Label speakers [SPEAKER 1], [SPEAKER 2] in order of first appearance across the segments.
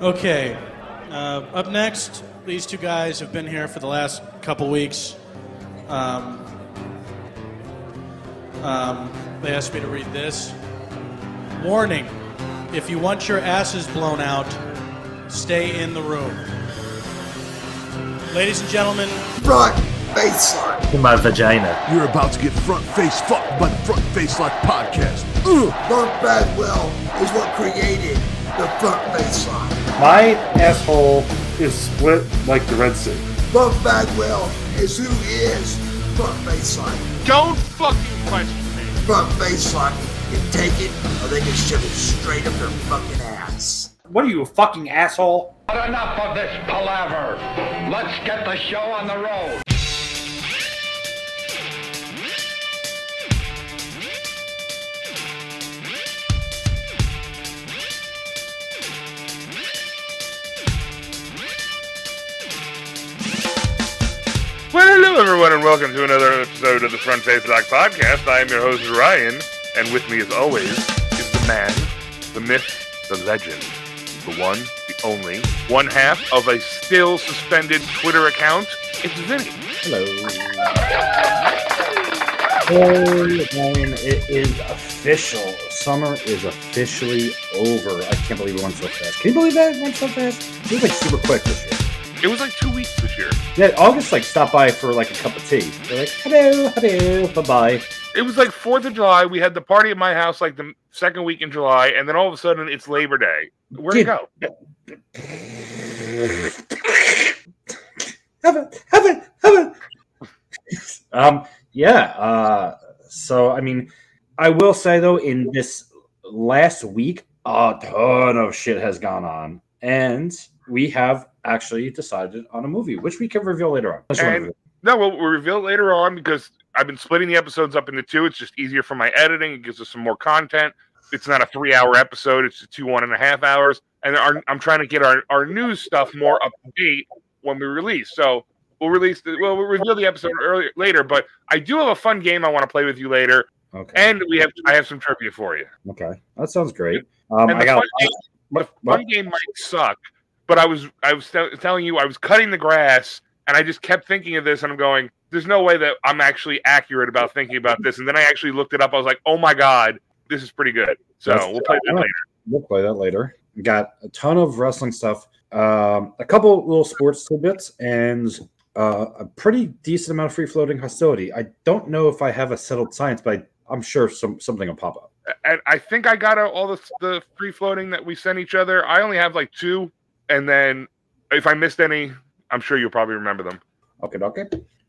[SPEAKER 1] Okay. Uh, up next, these two guys have been here for the last couple weeks. Um, um, they asked me to read this. Warning if you want your asses blown out, stay in the room. Ladies and gentlemen,
[SPEAKER 2] Brock Baseline.
[SPEAKER 3] In my vagina.
[SPEAKER 4] You're about to get front face fucked by the Front Face Lock podcast. Ugh.
[SPEAKER 2] Mark Bagwell is what created the front baseline.
[SPEAKER 3] My asshole is split like the Red Sea.
[SPEAKER 2] Mark Bagwell is who is front baseline.
[SPEAKER 5] Don't fucking question me.
[SPEAKER 2] Front baseline can take it or they can shove it straight up their fucking ass.
[SPEAKER 3] What are you, a fucking asshole?
[SPEAKER 6] But enough of this palaver. Let's get the show on the road.
[SPEAKER 7] Well, hello, everyone, and welcome to another episode of the Front Face Lock Podcast. I am your host, Ryan, and with me, as always, is the man, the myth, the legend, the one, the only, one half of a still suspended Twitter account. It's Vinny.
[SPEAKER 3] Hello. Hey, Ryan, it is official. Summer is officially over. I can't believe it went so fast. Can you believe that it went so fast? It was like super quick this year.
[SPEAKER 7] It was like two weeks this year.
[SPEAKER 3] Yeah, August like stopped by for like a cup of tea. They're like, hello, hello, bye bye.
[SPEAKER 7] It was like 4th of July. We had the party at my house like the second week in July, and then all of a sudden it's Labor Day. Where'd it
[SPEAKER 3] Dude.
[SPEAKER 7] go?
[SPEAKER 3] have it, have it, have it. um, yeah. Uh, so I mean, I will say though, in this last week, a ton of shit has gone on, and we have actually decided on a movie, which we can reveal later on. Unless you want to
[SPEAKER 7] And-
[SPEAKER 3] reveal-
[SPEAKER 7] No, we'll, we'll reveal it later on because I've been splitting the episodes up into two. It's just easier for my editing. It gives us some more content. It's not a three hour episode, it's two one and a half hours. And our, I'm trying to get our, our news stuff more up to date when we release. So we'll release the, well, we'll reveal the episode earlier later, but I do have a fun game I want to play with you later.
[SPEAKER 3] Okay.
[SPEAKER 7] And we have I have some trivia for you.
[SPEAKER 3] okay. That sounds great. Um,
[SPEAKER 7] And
[SPEAKER 3] I
[SPEAKER 7] the
[SPEAKER 3] got.
[SPEAKER 7] fun game- the
[SPEAKER 3] What,
[SPEAKER 7] fun
[SPEAKER 3] what?
[SPEAKER 7] game might suck, but I was I was tell telling you I was cutting the grass and I just kept thinking of this and I'm going, there's no way that I'm actually accurate about thinking about this. And then I actually looked it up. I was like, oh my god, this is pretty good. So
[SPEAKER 3] That's-
[SPEAKER 7] we'll play that later.
[SPEAKER 3] We'll play that later. We Got a ton of wrestling stuff, um, a couple little sports tidbits, and uh, a pretty decent amount of free floating hostility. I don't know if I have a settled science, but I, I'm sure some something will pop up.
[SPEAKER 7] And I think I got out all the the free floating that we sent each other. I only have like two, and then if I missed any, I'm sure you'll probably remember them.
[SPEAKER 3] Okay, okay.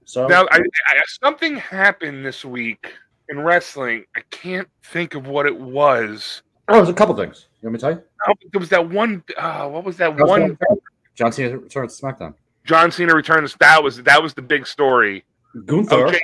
[SPEAKER 3] So
[SPEAKER 7] Now, I, I, something happened this week in wrestling. I can't think of what it was.
[SPEAKER 3] oh, there's a couple things. You want me to tell you?
[SPEAKER 7] Oh, there was that one. Uh, what was that
[SPEAKER 3] John
[SPEAKER 7] one?
[SPEAKER 3] Cena- John Cena returns to SmackDown.
[SPEAKER 7] John Cena returns. That was that was the big story.
[SPEAKER 3] Gunther.
[SPEAKER 7] Oh, Jey,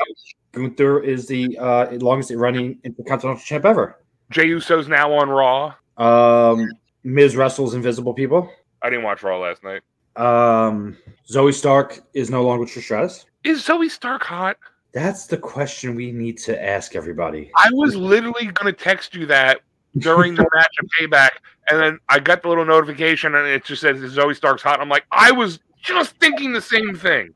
[SPEAKER 3] Gunther is the uh, longest running Intercontinental Champ ever.
[SPEAKER 7] Jey Uso's now on Raw.
[SPEAKER 3] Um, Miz wrestles Invisible People.
[SPEAKER 7] I didn't watch Raw last night.
[SPEAKER 3] Um, Zoe Stark is no longer Trish Stratus.
[SPEAKER 7] Is Zoe Stark hot?
[SPEAKER 3] That's the question we need to ask everybody.
[SPEAKER 7] I was literally gonna text you that during the match of payback, and then I got the little notification, and it just says Zoe Stark's hot. I'm like, I was just thinking the same thing.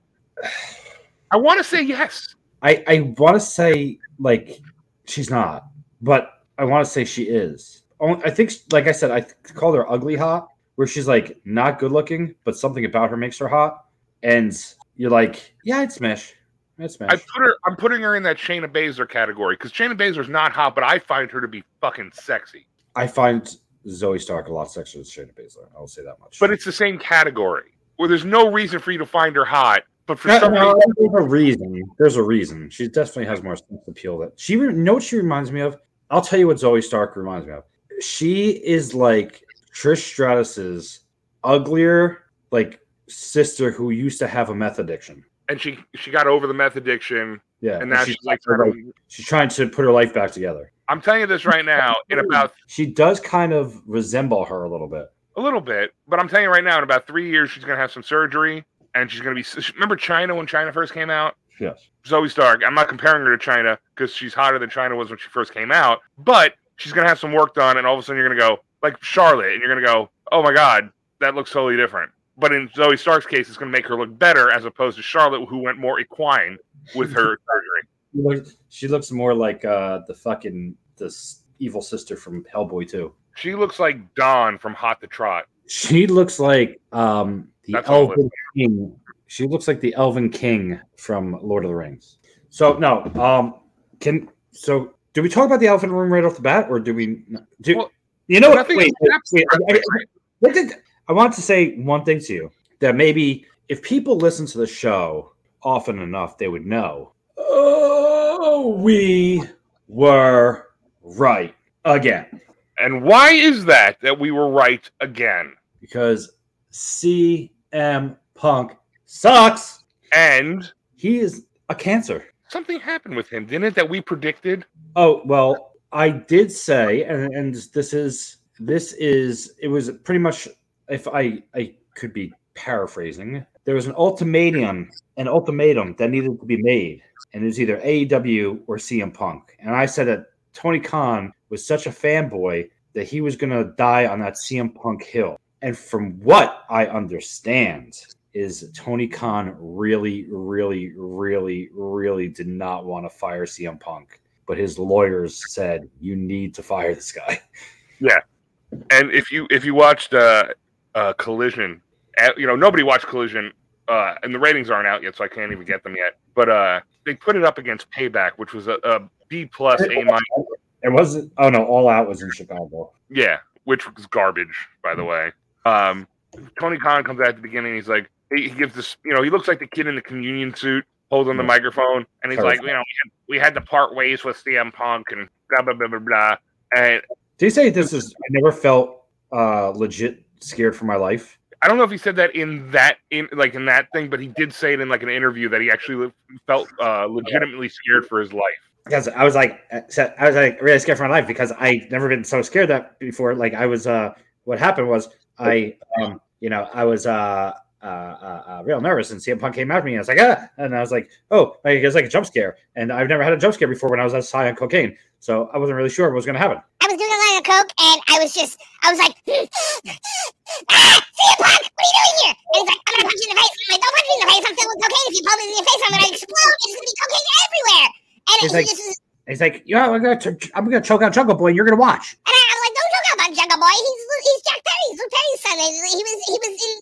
[SPEAKER 7] I want to say yes.
[SPEAKER 3] I, I want to say like she's not, but I want to say she is. Oh, I think, like I said, I th- called her ugly hot, where she's like not good looking, but something about her makes her hot. And you're like, yeah, I'd smash. I'd smash.
[SPEAKER 7] I put her. I'm putting her in that Shayna Baszler category because Shayna Baszler's not hot, but I find her to be fucking sexy.
[SPEAKER 3] I find Zoe Stark a lot sexier than Shayna Baszler. I'll say that much.
[SPEAKER 7] but it's the same category where there's no reason for you to find her hot. But for
[SPEAKER 3] Yeah,
[SPEAKER 7] some
[SPEAKER 3] no,
[SPEAKER 7] reason,
[SPEAKER 3] there's a reason. There's a reason. She definitely has more sex appeal. That she re- you know what she reminds me of. I'll tell you what Zoe Stark reminds me of. She is like Trish Stratus's uglier like sister who used to have a meth addiction.
[SPEAKER 7] and she she got over the meth addiction,
[SPEAKER 3] Yeah,
[SPEAKER 7] and now she's, like,
[SPEAKER 3] trying to-
[SPEAKER 7] I don't-
[SPEAKER 3] she's trying to put her life back together.
[SPEAKER 7] I'm telling you this right now, in about
[SPEAKER 3] She does kind of resemble her a little bit.
[SPEAKER 7] a little bit, but I'm telling you right now, in about three years, she's gonna have some surgery, and she's gonna be. Remember China when China first came out?
[SPEAKER 3] Yes.
[SPEAKER 7] Zoe Stark. I'm not comparing her to China because she's hotter than China was when she first came out, but she's gonna have some work done, and all of a sudden you're gonna go like Charlotte, and you're gonna go, oh my god, that looks totally different. But in Zoe Stark's case, it's going to make her look better as opposed to Charlotte, who went more equine with her surgery.
[SPEAKER 3] She looks, she looks more like uh, the fucking this evil sister from Hellboy too.
[SPEAKER 7] She looks like Dawn from Hot to Trot.
[SPEAKER 3] She looks like um, the
[SPEAKER 7] That's all it
[SPEAKER 3] Elven King. She looks like the Elven King from Lord of the Rings. So no, um, can so do we talk about the elephant in the room right off the bat, or do we? Do
[SPEAKER 7] Well,
[SPEAKER 3] you know what?
[SPEAKER 7] nothing
[SPEAKER 3] Oh, Wait, wait,
[SPEAKER 7] is
[SPEAKER 3] wait, I, I- I did- I want to say one thing to you that maybe if people listen to the show often enough, they would know. Oh, we were right again.
[SPEAKER 7] And why is that that we were right again?
[SPEAKER 3] because CM Punk sucks.
[SPEAKER 7] And
[SPEAKER 3] He is a cancer.
[SPEAKER 7] something happened with him, didn't it? That we predicted.
[SPEAKER 3] Oh well, I did say, and, and this is this is it was pretty much if I I could be paraphrasing. There was an ultimatum, an ultimatum that needed to be made, and it was either AEW or CM Punk. And I said that Tony Khan was such a fanboy that he was going to die on that CM Punk hill. And from what I understand, is Tony Khan really, really, really, really did not want to fire CM Punk, but his lawyers said you need to fire this guy.
[SPEAKER 7] And if you if you watched uh, uh, Collision, uh, you know nobody watched Collision, uh, and the ratings aren't out yet, so I can't even get them yet. But uh, they put it up against Payback, which was a, a B plus A minus.
[SPEAKER 3] It wasn't. Oh no, All Out was in Chicago.
[SPEAKER 7] Yeah, which was garbage, by the way. Um, Tony Khan comes out at the beginning. He's like, he, he gives this, you know, he looks like the kid in the communion suit holding the microphone, and he's like, you know, we had, we had to part ways with CM Punk and blah blah blah blah blah. And
[SPEAKER 3] Did he say this is? I never felt uh, legit scared for my life.
[SPEAKER 7] I don't know if he said that in that in like in that thing, but he did say it in like an interview that he actually le- felt uh, legitimately scared for his life.
[SPEAKER 3] Because I was like, I said- I was like really scared for my life because I never been so scared that before. Like I was, uh, what happened was I, um, you know, I was, uh, uh, uh, uh, real nervous and CM Punk came after me and I was like, ah, and I was like, oh, like, it was like a jump scare. And I've never had a jump scare before when I was as high on cocaine. So I wasn't really sure what was going to happen.
[SPEAKER 8] I was doing a line of coke, and I was just, I was like, ah, CM Punk, what are you doing here? And he's like, I'm gonna punch you in the face. I'm like, don't punch me in the face. I'm filled with cocaine. If you punch me in the face, I'm gonna explode. It's gonna be cocaine everywhere. And it
[SPEAKER 3] He's
[SPEAKER 8] was
[SPEAKER 3] like-
[SPEAKER 8] just, and
[SPEAKER 3] And he's like, yeah, I'm going to, I'm going to choke out Jungle Boy and you're going to watch.
[SPEAKER 8] I, I was like, don't joke about Jungle Boy. He's he's Jack Perry. He's Luke Perry's son. He he was he was in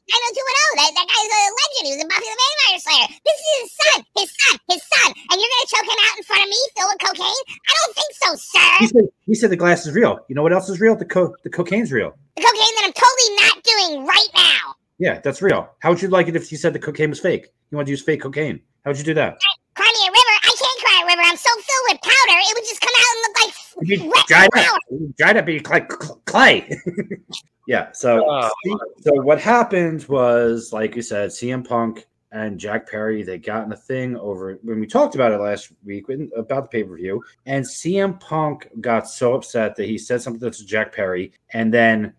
[SPEAKER 8] 90210. That, that guy's a legend. He was in Buffy the Vampire Slayer. This is his son, his son, his son. And you're gonna choke him out in front of me, filled with cocaine? I don't think so, sir.
[SPEAKER 3] He said, he said the glass is real. You know what else is real? The co- the cocaine's real.
[SPEAKER 8] The cocaine that I'm totally not doing right now.
[SPEAKER 3] Yeah, that's real. How would you like it if you said the cocaine was fake? You want to use fake cocaine? How would you do that?
[SPEAKER 8] Cry me a river. I can't cry a river. I'm so filled with powder, it would just come out and look like
[SPEAKER 3] If you
[SPEAKER 8] wet
[SPEAKER 3] dried
[SPEAKER 8] flour.
[SPEAKER 3] up, if you dried up, you look like cl- clay. yeah. So,
[SPEAKER 7] Oh.
[SPEAKER 3] so what happened was, like you said, CM Punk and Jack Perry they got in a thing over when we talked about it last week when- about the pay per view, and CM Punk got so upset that he said something to Jack Perry, and then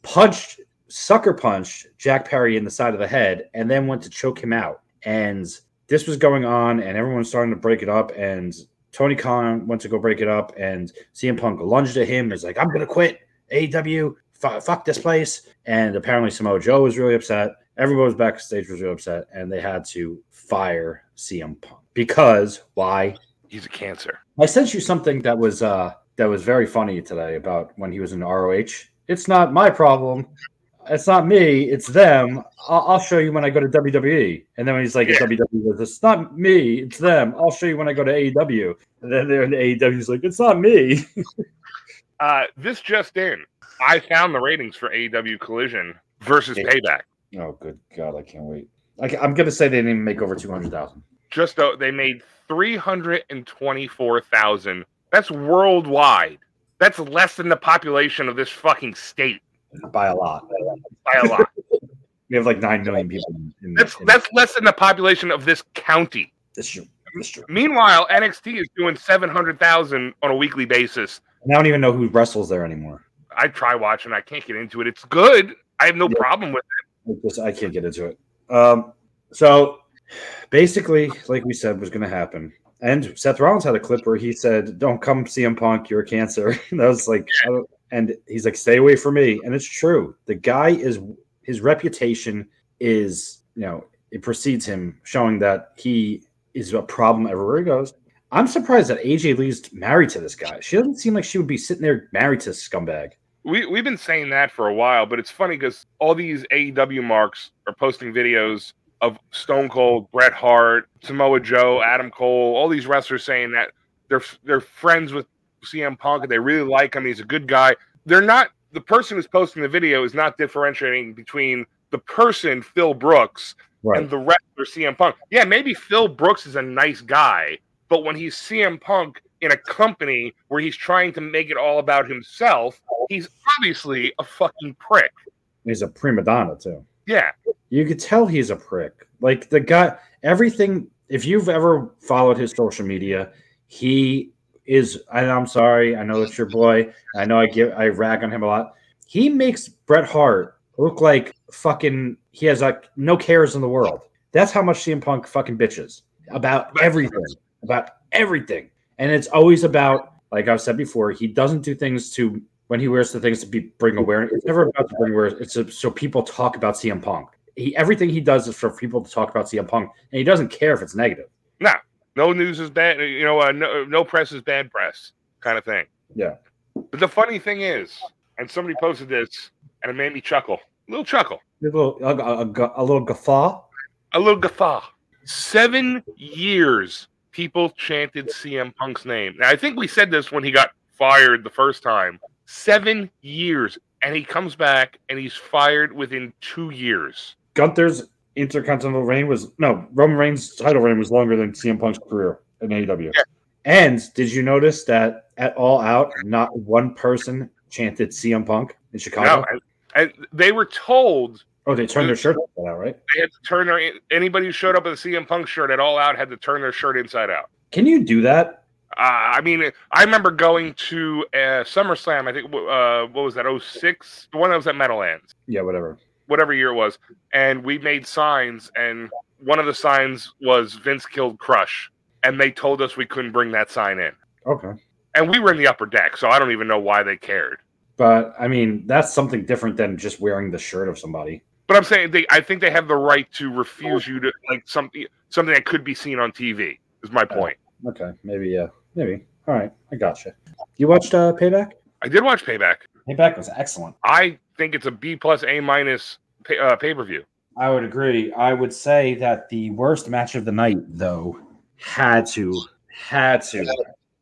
[SPEAKER 3] punched sucker punched Jack Perry in the side of the head and then went to choke him out. And this was going on and everyone was starting to break it up and Tony Khan went to go break it up and CM Punk lunged at him and was like, I'm gonna quit AEW, F- fuck this place. And apparently Samoa Joe was really upset. Everyone was backstage was really upset and they had to fire CM Punk. Because why?
[SPEAKER 7] He's a cancer.
[SPEAKER 3] I sent you something that was uh that was very funny today about when he was in ROH. It's not my problem. It's not me. It's them. I'll, I'll show you when I go to WWE. And then when he's like,
[SPEAKER 7] Yeah.
[SPEAKER 3] at WWE, he goes, it's not me. It's them. I'll show you when I go to AEW. And then they're in AEW. He's like, it's not me.
[SPEAKER 7] Uh, this just in, I found the ratings for AEW Collision versus
[SPEAKER 3] Yeah.
[SPEAKER 7] Payback.
[SPEAKER 3] Oh, good God. I can't wait. I, ca- I'm going to say they didn't even make over 200,000.
[SPEAKER 7] Just uh, they made three hundred and twenty-four thousand. That's worldwide. That's less than the population of this fucking state
[SPEAKER 3] By a lot.
[SPEAKER 7] by a lot.
[SPEAKER 3] We have like 9 million people. In, in,
[SPEAKER 7] that's
[SPEAKER 3] in-
[SPEAKER 7] that's less than the population of this county.
[SPEAKER 3] That's true. That's true.
[SPEAKER 7] Meanwhile, NXT is doing seven hundred thousand on a weekly basis.
[SPEAKER 3] And I don't even know who wrestles there anymore.
[SPEAKER 7] I try watching. I can't get into it. It's good. I have no
[SPEAKER 3] Yeah.
[SPEAKER 7] problem with it.
[SPEAKER 3] I just I can't get into it. Um, so basically, like we said, was going to happen. And Seth Rollins had a clip where he said, "Don't come, CM Punk. You're a cancer." And I was like, I don't- and he's like, "Stay away from me." And it's true. The guy is his reputation is you know it precedes him, showing that he is a problem everywhere he goes. I'm surprised that AJ Lee's married to this guy. She doesn't seem like she would be sitting there married to this scumbag.
[SPEAKER 7] We we've been saying that for a while, but it's funny because all these AEW marks are posting videos of Stone Cold, Bret Hart, Samoa Joe, Adam Cole, all these wrestlers saying that they're they're friends with CM Punk and they really like him. He's a good guy. They're not the person who's posting the video is not differentiating between the person Phil Brooks and the wrestler CM Punk. Yeah, maybe Phil Brooks is a nice guy, but when he's CM Punk in a company where he's trying to make it all about himself, he's obviously a fucking prick.
[SPEAKER 3] He's a prima donna too.
[SPEAKER 7] Yeah.
[SPEAKER 3] you could tell he's a prick. Like the guy, everything. If you've ever followed his social media, he is. And I'm sorry, I know it's your boy. I know I give I rag on him a lot. He makes Bret Hart look like fucking. He has like no cares in the world. That's how much CM Punk fucking bitches about everything, about everything, and it's always about like I've said before. He doesn't do things to when he wears the things to be bring awareness. It's never about to bring awareness. It's so- so people talk about CM Punk. He, everything he does is for people to talk about CM Punk, and he doesn't care if it's negative.
[SPEAKER 7] No news is bad. You know, uh, no, no press is bad press kind of thing.
[SPEAKER 3] Yeah.
[SPEAKER 7] But the funny thing is, and somebody posted this, and it made me chuckle, a little chuckle,
[SPEAKER 3] A little, a, a- a gu- a little guffaw.
[SPEAKER 7] a little guffaw. Seven years people chanted CM Punk's name. Now, I think we said this when he got fired the first time. Seven years. And he comes back and he's fired within two years.
[SPEAKER 3] Gunther's Intercontinental reign was no Roman Reigns' title reign was longer than CM Punk's career in AEW. And did you notice that at All Out, not one person chanted CM Punk in Chicago?
[SPEAKER 7] No, and, and they were told
[SPEAKER 3] oh, they turned their shirt out, right?
[SPEAKER 7] they had to turn their anybody who showed up with a CM Punk shirt at all out had to turn their shirt inside out.
[SPEAKER 3] Can you do that?
[SPEAKER 7] Uh, I mean, I remember going to uh, SummerSlam. I think uh, what was that? 06? the one that was at Meadowlands,
[SPEAKER 3] Yeah, whatever.
[SPEAKER 7] whatever year it was. And we made signs, and one of the signs was Vince killed Crush, and they told us we couldn't bring that sign in,
[SPEAKER 3] Okay.
[SPEAKER 7] and we were in the upper deck, so I don't even know why they cared.
[SPEAKER 3] But I mean, that's something different than just wearing the shirt of somebody.
[SPEAKER 7] But I'm saying they, I think they have the right to refuse you to like something something that could be seen on TV. Is my point.
[SPEAKER 3] Okay, maybe yeah, maybe. All right, I gotcha. You watched uh, Payback?
[SPEAKER 7] I did watch Payback.
[SPEAKER 3] Payback was excellent.
[SPEAKER 7] I think it's a B plus A minus pay, uh, pay per view.
[SPEAKER 3] I would agree. I would say that the worst match of the night, though, had to, had to,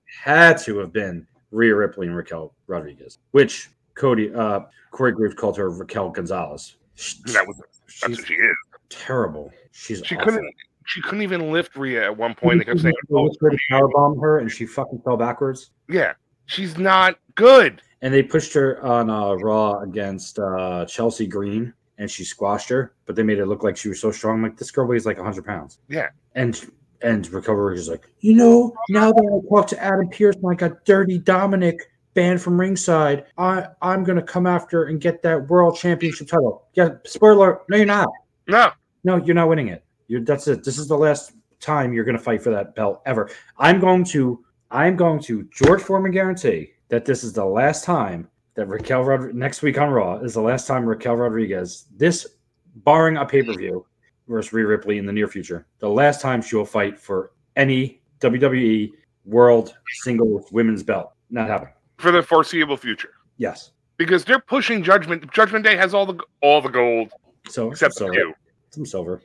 [SPEAKER 3] had to have been Rhea Ripley and Raquel Rodriguez, which Cody uh, Corey Graves called her Raquel Gonzalez. Sh-
[SPEAKER 7] That was that's
[SPEAKER 3] She's
[SPEAKER 7] what she is.
[SPEAKER 3] terrible. She's
[SPEAKER 7] She
[SPEAKER 3] awful.
[SPEAKER 7] couldn't she couldn't even lift Rhea at one point. They kept saying, "Oh,
[SPEAKER 3] They tried to powerbomb her, and she fucking fell backwards.
[SPEAKER 7] "Yeah, she's not good."
[SPEAKER 3] and they pushed her on uh, Raw against uh, Chelsea Green, and she squashed her. But they made it look like she was so strong. I'm like this girl weighs like 100 pounds.
[SPEAKER 7] Yeah.
[SPEAKER 3] And and recovery is like, you know, now that I talked to Adam Pierce and I got Dirty Dominic banned from ringside, I I'm gonna come after and get that world championship title. Yeah. Spoiler: alert, No, you're not.
[SPEAKER 7] No,
[SPEAKER 3] No, you're not winning it. You're that's it. This is the last time you're going to fight for that belt ever. I'm going to I'm going to George Foreman guarantee that this is the last time that Raquel Rod- next week on Raw is the last time Raquel Rodriguez this barring a pay-per-view versus Rhea Ripley in the near future. The last time she will fight for any WWE World Single Women's Belt. Not happening.
[SPEAKER 7] for the foreseeable future,
[SPEAKER 3] Yes.
[SPEAKER 7] because they're pushing Judgment. Judgment Day has all the all the gold
[SPEAKER 3] So
[SPEAKER 7] except
[SPEAKER 3] some
[SPEAKER 7] a
[SPEAKER 3] silver.
[SPEAKER 7] few.
[SPEAKER 3] Some silver.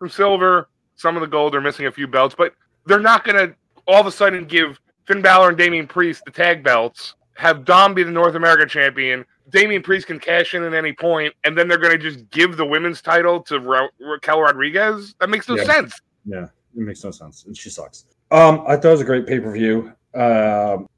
[SPEAKER 7] From silver, some of the gold. They're missing a few belts, but they're not going to all of a sudden give Finn Balor and Damian Priest the tag belts. Have Dom be the North American champion. Damian Priest can cash in at any point, and then they're going to just give the women's title to Ra- Raquel Rodriguez. That makes no
[SPEAKER 3] Yeah.
[SPEAKER 7] sense.
[SPEAKER 3] It makes no sense, and she sucks. Um, I thought it was a great pay per view. Um,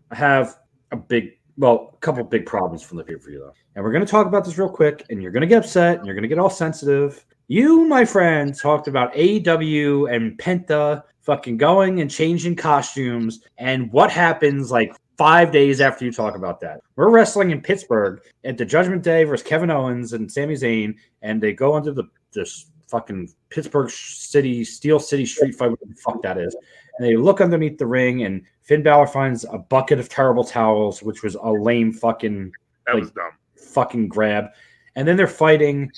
[SPEAKER 3] I have a big, well, a couple big problems from the pay per view though, and we're going to talk about this real quick. And you're going to get upset, and you're going to get all sensitive. You, my friend, talked about AEW and Penta fucking going and changing costumes, and what happens like five days after you talk about that. We're wrestling in Pittsburgh at the Judgment Day versus Kevin Owens and Sami Zayn, and they go into the this fucking Pittsburgh city Steel City Street Fight, whatever the fuck that is. And they look underneath the ring, and Finn Balor finds a bucket of terrible towels, which was a lame fucking
[SPEAKER 7] That
[SPEAKER 3] Like-
[SPEAKER 7] was dumb.
[SPEAKER 3] fucking grab. and then they're fighting,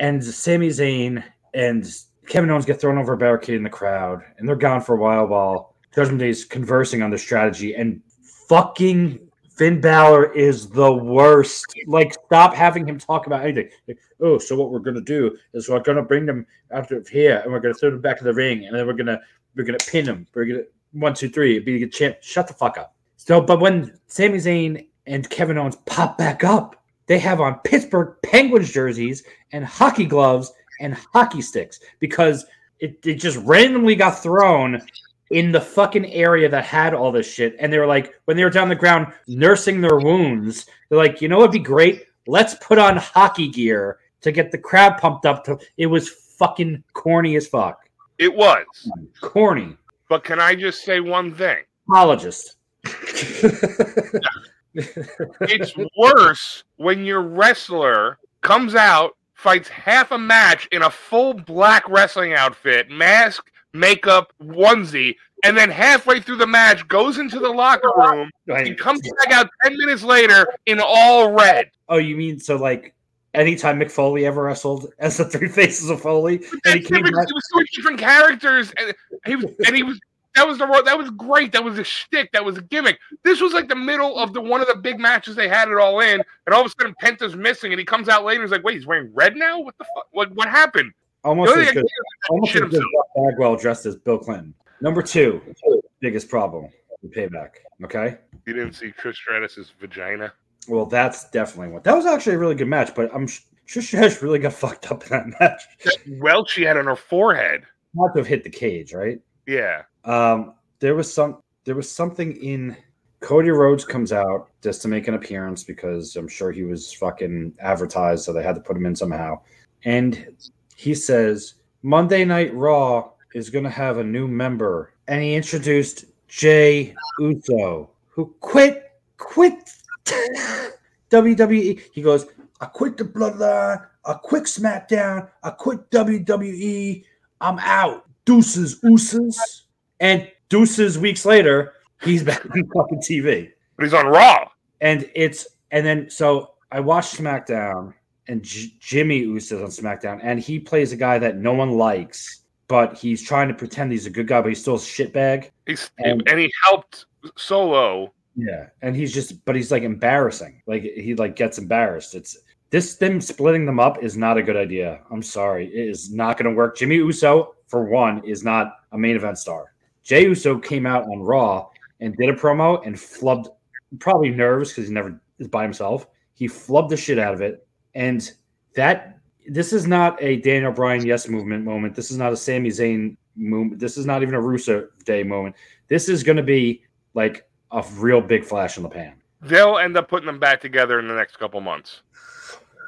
[SPEAKER 3] and Sami Zayn and Kevin Owens get thrown over a barricade in the crowd, and they're gone for a while while Judgment Day is conversing on the strategy, and fucking Finn Balor is the worst. Like, stop having him talk about anything. Like, oh, so what we're gonna do is we're gonna bring them out of here, and we're gonna throw them back in the ring, and then we're gonna we're gonna pin them. We're gonna one, two, three, be a champ. Shut the fuck up. So, but when Sami Zayn and Kevin Owens pop back up, they have on Pittsburgh Penguins jerseys and hockey gloves and hockey sticks because it, it just randomly got thrown in the fucking area that had all this shit. And they were like, when they were down on the ground nursing their wounds, they're like, you know what'd be great? Let's put on hockey gear to get the crowd pumped up. To it was fucking corny as fuck.
[SPEAKER 7] It was.
[SPEAKER 3] Corny.
[SPEAKER 7] But can I just say one thing?
[SPEAKER 3] Apologist.
[SPEAKER 7] It's worse when your wrestler comes out, fights half a match in a full black wrestling outfit, mask, makeup, onesie, and then halfway through the match goes into the locker room and comes back out 10 minutes later in all red.
[SPEAKER 3] Oh, you mean so like anytime Mick Foley ever wrestled as the three faces of Foley, and he
[SPEAKER 7] That's
[SPEAKER 3] came
[SPEAKER 7] different
[SPEAKER 3] back,
[SPEAKER 7] because it was two different characters, and he was, and he was. That was the ro- that was great. That was a shtick. That was a gimmick. This was like the middle of the one of the big matches they had it all in, and all of a sudden Penta's missing, and he comes out later. He's like, "Wait, he's wearing red now? What the fuck? What what happened?"
[SPEAKER 3] almost as
[SPEAKER 7] The only
[SPEAKER 3] good,
[SPEAKER 7] thing
[SPEAKER 3] almost
[SPEAKER 7] shit
[SPEAKER 3] as good as
[SPEAKER 7] himself.
[SPEAKER 3] Buck Bagwell dressed as Bill Clinton. Number two, biggest problem, the payback. Okay,
[SPEAKER 7] You didn't see Chris Stratus's vagina.
[SPEAKER 3] well that's definitely one. That was actually a really good match, but I'm sh- Trish Stratus really got fucked up in that match.
[SPEAKER 7] Well, she had on her forehead.
[SPEAKER 3] Not to have hit the cage, right?
[SPEAKER 7] Yeah,
[SPEAKER 3] Um, there was some there was something in Cody Rhodes comes out just to make an appearance because I'm sure he was fucking advertised, so they had to put him in somehow. And he says Monday Night Raw is gonna have a new member, and he introduced Jay Uso, who quit quit WWE. He goes, I quit the bloodline, I quit SmackDown, I quit WWE, I'm out. Deuces, ooses. And deuces weeks later, he's back on fucking TV.
[SPEAKER 7] but he's on Raw.
[SPEAKER 3] And it's and then so I watched SmackDown and J- Jimmy Uso's on SmackDown, and he plays a guy that no one likes, but he's trying to pretend he's a good guy, but he's still a shitbag.
[SPEAKER 7] He's
[SPEAKER 3] Um,
[SPEAKER 7] and he helped Solo.
[SPEAKER 3] Yeah, and he's just, but he's like embarrassing. Like he like gets embarrassed. It's this them splitting them up is not a good idea. I'm sorry, it is not going to work. Jimmy Uso, for one, is not a main event star. Jay Uso came out on Raw and did a promo and flubbed, probably nervous because he never is by himself. He flubbed the shit out of it, and that this is not a Daniel Bryan yes movement moment. This is not a Sami Zayn moment. This is not even a Russo Day moment. This is going to be like a real big flash in the pan.
[SPEAKER 7] They'll end up putting them back together in the next couple months.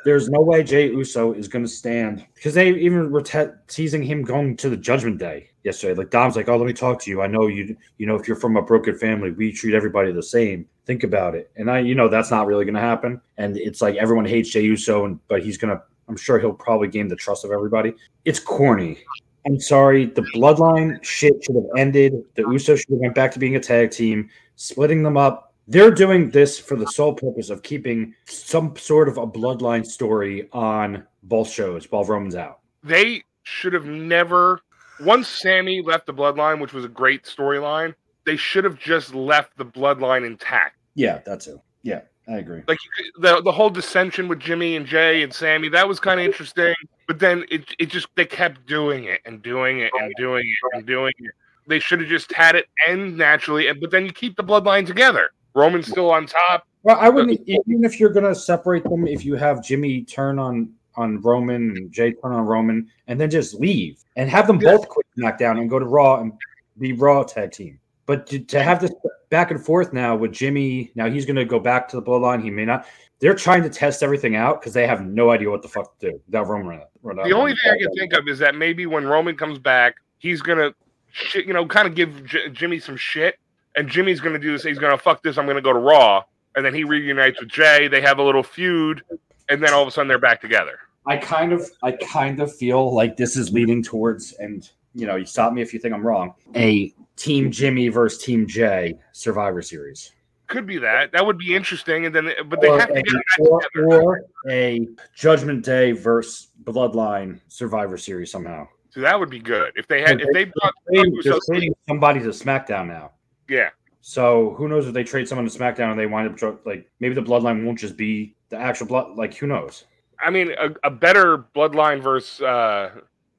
[SPEAKER 3] There's no way Jay Uso is going to stand because they even were te- teasing him going to the Judgment Day yesterday. Like Dom's like, "Oh, let me talk to you. I know you. You know, if you're from a broken family, we treat everybody the same. Think about it." And I, you know, that's not really going to happen. And it's like everyone hates Jay Uso, and but he's going to. I'm sure he'll probably gain the trust of everybody. It's corny. I'm sorry. The bloodline shit should have ended. The Uso should have went back to being a tag team, splitting them up. They're doing this for the sole purpose of keeping some sort of a bloodline story on both shows while Roman's out.
[SPEAKER 7] they should have never once Sammy left the bloodline, which was a great storyline, they should have just left the bloodline intact.
[SPEAKER 3] Yeah, that's it. Yeah, I agree.
[SPEAKER 7] Like you could- the the whole dissension with Jimmy and Jay and Sammy, that was kind of interesting. But then it it just they kept doing it and doing it and doing it and doing it. They should have just had it end naturally, and but then you keep the bloodline together. Roman's still on top.
[SPEAKER 3] Well, I wouldn't even if you're gonna separate them. If you have Jimmy turn on on Roman and Jay turn on Roman, and then just leave and have them both quit SmackDown and go to Raw and be Raw tag team. But to, to have this back and forth now with Jimmy, now he's gonna go back to the Bloodline. He may not. They're trying to test everything out because they have no idea what the fuck to do. That Roman.
[SPEAKER 7] The only thing I can think of is that maybe when Roman comes back, he's gonna, shi- you know, kind of give J- Jimmy some shit, and Jimmy's gonna do this. He's gonna fuck this. I'm gonna go to Raw, and then he reunites with Jay. They have a little feud, and then all of a sudden they're back together.
[SPEAKER 3] I kind of I kind of feel like this is leading towards and you know, you stop me if you think I'm wrong. A Team Jimmy versus Team Jay Survivor Series.
[SPEAKER 7] could be that. That would be interesting. And then, but they
[SPEAKER 3] or,
[SPEAKER 7] have to
[SPEAKER 3] a,
[SPEAKER 7] get it back
[SPEAKER 3] or,
[SPEAKER 7] together.
[SPEAKER 3] or a Judgment Day versus Bloodline Survivor Series somehow.
[SPEAKER 7] So that would be good if they had. If they brought,
[SPEAKER 3] They're
[SPEAKER 7] so-
[SPEAKER 3] trading somebody to SmackDown now.
[SPEAKER 7] yeah,
[SPEAKER 3] So who knows if they trade someone to SmackDown and they wind up dro- like maybe the Bloodline won't just be the actual blood. Like who knows?
[SPEAKER 7] I mean, a, a better Bloodline versus uh,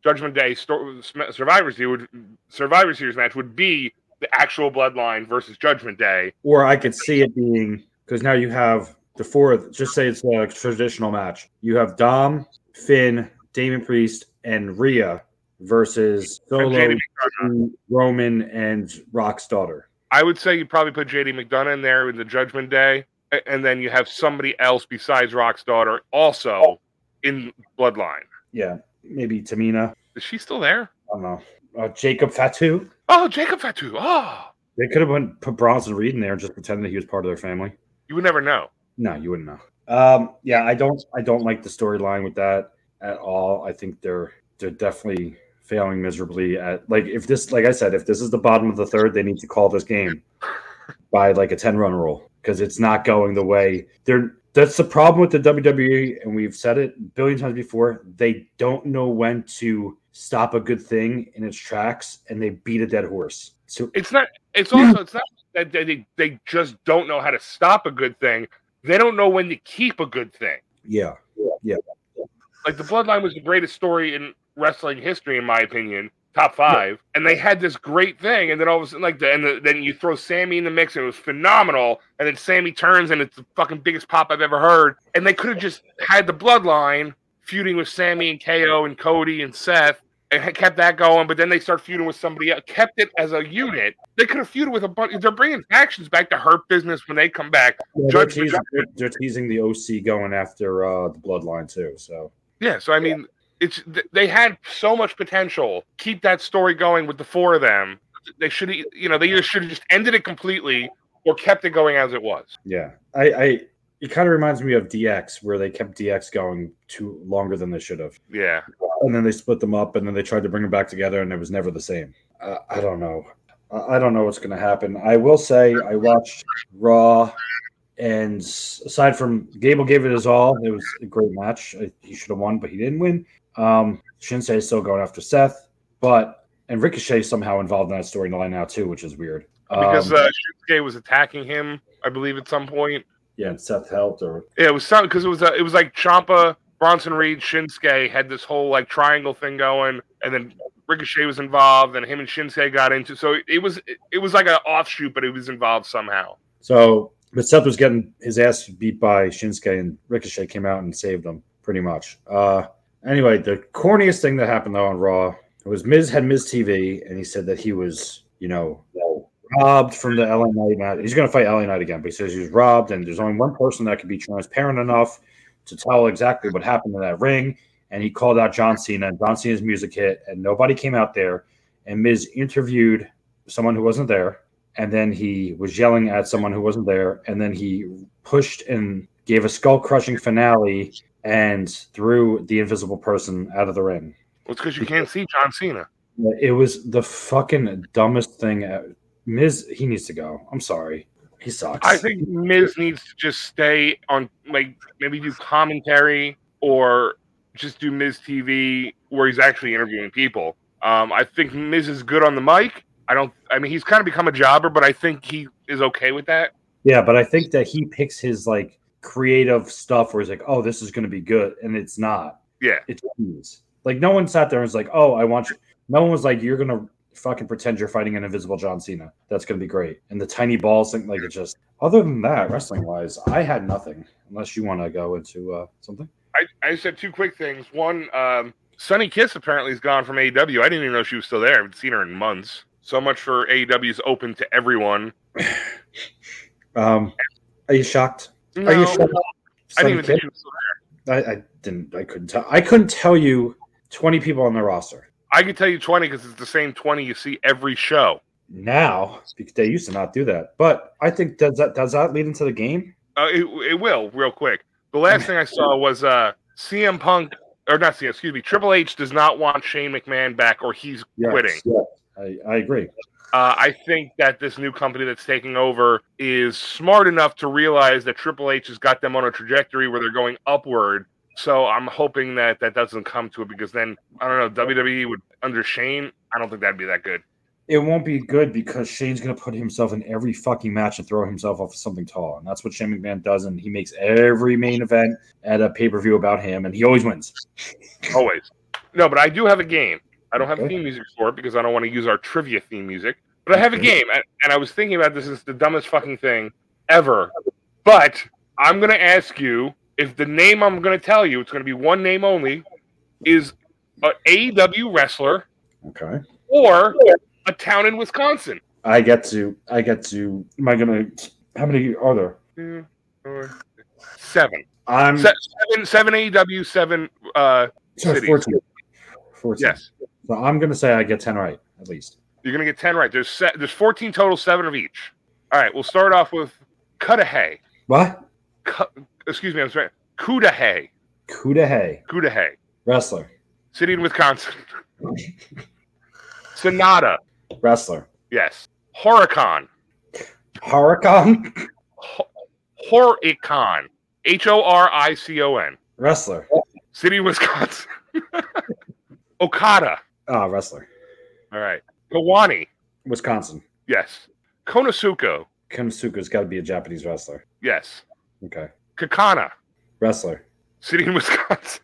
[SPEAKER 7] Judgment Day sto- Sm- Survivor Series would Survivor Series match would be the actual Bloodline versus Judgment Day.
[SPEAKER 3] Or I could see it being because now you have the four. Just say it's a traditional match. You have Dom, Finn, Damon Priest, and Rhea versus
[SPEAKER 7] And
[SPEAKER 3] Solo,
[SPEAKER 7] JD McDonough.
[SPEAKER 3] Roman, and Rock's daughter.
[SPEAKER 7] I would say you probably put JD McDonough in there in the Judgment Day, a- and then you have somebody else besides Rock's daughter also in Bloodline.
[SPEAKER 3] Yeah, maybe Tamina.
[SPEAKER 7] Is she still there?
[SPEAKER 3] I don't know. Uh, Jacob Fatu.
[SPEAKER 7] Oh, Jacob Fatu. Oh,
[SPEAKER 3] They could have went, put Bronson Reed in there and just pretended he was part of their family.
[SPEAKER 7] you would never know.
[SPEAKER 3] No, you wouldn't know. Um, yeah, I don't. I don't like the storyline with that at all. I think they're they're definitely failing miserably at like if this, like I said, if this is the bottom of the third, they need to call this game by like a ten run rule because it's not going the way they're. That's the problem with the WWE, and we've said it a billion times before. They don't know when to stop a good thing in its tracks, and they beat a dead horse. So
[SPEAKER 7] It's not. It's also. It's not that they- they they just don't know how to stop a good thing. They don't know when to keep a good thing.
[SPEAKER 3] yeah,
[SPEAKER 7] Like the Bloodline was the greatest story in wrestling history, in my opinion, top five. And they had this great thing, and then all of a sudden, like, the, and the, then you throw Sammy in the mix, and it was phenomenal. And then Sammy turns, and it's the fucking biggest pop I've ever heard. And they could have just had the Bloodline feuding with Sammy and KO and Cody and Seth. And had kept that going, but then they start feuding with somebody else. Kept it as a unit. They could have feuded with a bunch. They're bringing factions back to hurt business when they come back.
[SPEAKER 3] Yeah, they're,
[SPEAKER 7] Judge-
[SPEAKER 3] teasing, they're, they're teasing the OC going after uh, the bloodline too. So
[SPEAKER 7] Yeah, so I mean, it's th- they had so much potential. Keep that story going with the four of them. They should, you know, they either should have just ended it completely or kept it going as it was.
[SPEAKER 3] yeah, I, I it kind of reminds me of DX where they kept DX going too longer than they should have,
[SPEAKER 7] Yeah,
[SPEAKER 3] and then they split them up, and then they tried to bring them back together, and it was never the same. Uh, I don't know. I, I don't know what's going to happen. I will say I watched Raw, and s- aside from Gable gave it his all. It was a great match. I, he should have won, but he didn't win. Um, Shinsei is still going after Seth, but and Ricochet somehow involved in that storyline now too, which is weird.
[SPEAKER 7] because
[SPEAKER 3] Um,
[SPEAKER 7] uh, Shinsuke was attacking him, I believe, at some point.
[SPEAKER 3] yeah, and Seth helped or
[SPEAKER 7] Yeah, it was something because it was uh, it was like Champa, Bronson Reed, Shinsuke had this whole like triangle thing going, and then Ricochet was involved, and him and Shinsuke got into. So it, it was it, it was like an offshoot, but it was involved somehow.
[SPEAKER 3] so. But Seth was getting his ass beat by Shinsuke, and Ricochet came out and saved him pretty much. Uh, anyway, the corniest thing that happened though on Raw was Miz had Miz TV, and he said that he was, you know, robbed from the LA Knight match. He's going to fight LA Knight again, but he says he was robbed, and there's only one person that could be transparent enough to tell exactly what happened in that ring. And he called out John Cena, and John Cena's music hit, and nobody came out there. And Miz interviewed someone who wasn't there, and then he was yelling at someone who wasn't there, and then he pushed and gave a skull crushing finale and threw the invisible person out of the ring.
[SPEAKER 7] Well, it's because you can't see John Cena.
[SPEAKER 3] It was the fucking dumbest thing. e- Miz, he needs to go. I'm sorry. He sucks.
[SPEAKER 7] I think Miz needs to just stay on, like maybe do commentary or just do Miz TV where he's actually interviewing people. Um, I think Miz is good on the mic. I don't. I mean, he's kind of become a jobber, but I think he is okay with that.
[SPEAKER 3] yeah, but I think that he picks his like creative stuff where he's like, oh, this is going to be good. And it's not.
[SPEAKER 7] Yeah.
[SPEAKER 3] It's Miz. Like, no one sat there and was like, oh, I want you. No one was like, you're going to fucking pretend you're fighting an invisible John Cena. That's going to be great. And the tiny balls thing, like, it's just, other than that, wrestling wise, I had nothing. Unless you want to go into uh, something.
[SPEAKER 7] I, I just had two quick things. One, um, Sunny Kiss apparently is gone from AEW. I didn't even know she was still there. I haven't seen her in months. So much for AEW's open to everyone.
[SPEAKER 3] Um, are you shocked?
[SPEAKER 7] No,
[SPEAKER 3] are you shocked?
[SPEAKER 7] I
[SPEAKER 3] Sonny
[SPEAKER 7] didn't
[SPEAKER 3] Kidd?
[SPEAKER 7] even think she was still there.
[SPEAKER 3] I, I didn't. I couldn't tell. I couldn't tell you twenty people on the roster
[SPEAKER 7] I could tell you twenty because it's the same twenty you see every show.
[SPEAKER 3] now because they used to not do that. But I think does that does that lead into the game?
[SPEAKER 7] Uh, it, it will real quick. The last thing I saw was uh, CM Punk or not CM, excuse me. Triple H does not want Shane McMahon back, or he's
[SPEAKER 3] Yes,
[SPEAKER 7] quitting.
[SPEAKER 3] yes. I, I agree.
[SPEAKER 7] Uh, I think that this new company that's taking over is smart enough to realize that Triple H has got them on a trajectory where they're going upward. So I'm hoping that that doesn't come to it because then I don't know WWE would under Shane. I don't think that'd be that good.
[SPEAKER 3] It won't be good because Shane's going to put himself in every fucking match and throw himself off of something tall. And that's what Shane McMahon does. And he makes every main event at a pay per view about him. And he always wins.
[SPEAKER 7] Always. No, but I do have a game. I don't have theme music for it because I don't want to use our trivia theme music. But I have a game, and, and I was thinking about this. It's the dumbest fucking thing ever. But I'm going to ask you if the name I'm going to tell you, it's going to be one name only, is a AEW wrestler
[SPEAKER 3] Okay.
[SPEAKER 7] or a town in Wisconsin.
[SPEAKER 3] I get to. I get to. Am I going to. How many are there?
[SPEAKER 7] Two, four, Seven.
[SPEAKER 3] I'm.
[SPEAKER 7] Se- seven, seven AEW, seven. Uh,
[SPEAKER 3] sorry,
[SPEAKER 7] cities.
[SPEAKER 3] 14. 14.
[SPEAKER 7] yes.
[SPEAKER 3] So I'm going to say I get 10 right, at least.
[SPEAKER 7] You're gonna get ten right. There's se- there's fourteen total, seven of each. All right, we'll start off with Cudahy.
[SPEAKER 3] What?
[SPEAKER 7] Cu- excuse me, I'm sorry. Cudahy.
[SPEAKER 3] Kudahe.
[SPEAKER 7] Cudahy.
[SPEAKER 3] Wrestler.
[SPEAKER 7] City in Wisconsin. Sonata.
[SPEAKER 3] Wrestler.
[SPEAKER 7] Yes. Horicon.
[SPEAKER 3] Horicon.
[SPEAKER 7] Ho- Horicon. H O R I C O N.
[SPEAKER 3] Wrestler.
[SPEAKER 7] City in Wisconsin. Okada.
[SPEAKER 3] Ah, wrestler.
[SPEAKER 7] All right. Kawani.
[SPEAKER 3] Wisconsin.
[SPEAKER 7] Yes. Konosuko.
[SPEAKER 3] Kensuke's got to be a Japanese wrestler.
[SPEAKER 7] Yes.
[SPEAKER 3] Okay.
[SPEAKER 7] Kakana.
[SPEAKER 3] Wrestler.
[SPEAKER 7] City in Wisconsin.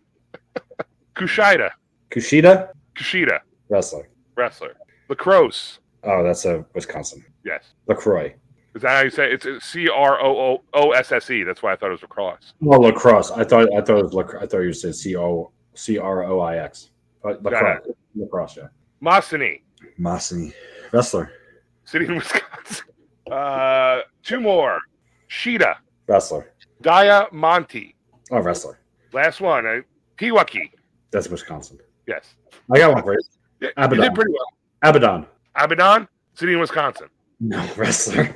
[SPEAKER 7] Kushida.
[SPEAKER 3] Kushida.
[SPEAKER 7] Kushida.
[SPEAKER 3] Wrestler.
[SPEAKER 7] wrestler. Lacrosse.
[SPEAKER 3] Oh, that's a Wisconsin.
[SPEAKER 7] Yes.
[SPEAKER 3] LaCroix.
[SPEAKER 7] Is that how you say it? It's C R O O S S E. That's why I thought it was lacrosse.
[SPEAKER 3] Oh, lacrosse. I thought I thought it was lacrosse. I thought you said C O C R O I X. But lacrosse. Lacrosse. Yeah.
[SPEAKER 7] Masani,
[SPEAKER 3] Massey. Wrestler.
[SPEAKER 7] city in Wisconsin. Uh, two more. Sheeta,
[SPEAKER 3] Wrestler.
[SPEAKER 7] Diamante.
[SPEAKER 3] Oh, wrestler.
[SPEAKER 7] Last one. Uh, Pewaukee.
[SPEAKER 3] That's Wisconsin.
[SPEAKER 7] Yes.
[SPEAKER 3] I got one for you.
[SPEAKER 7] Yeah, You
[SPEAKER 3] Abaddon.
[SPEAKER 7] did pretty well.
[SPEAKER 3] Abaddon.
[SPEAKER 7] Abaddon, city in Wisconsin.
[SPEAKER 3] No, wrestler.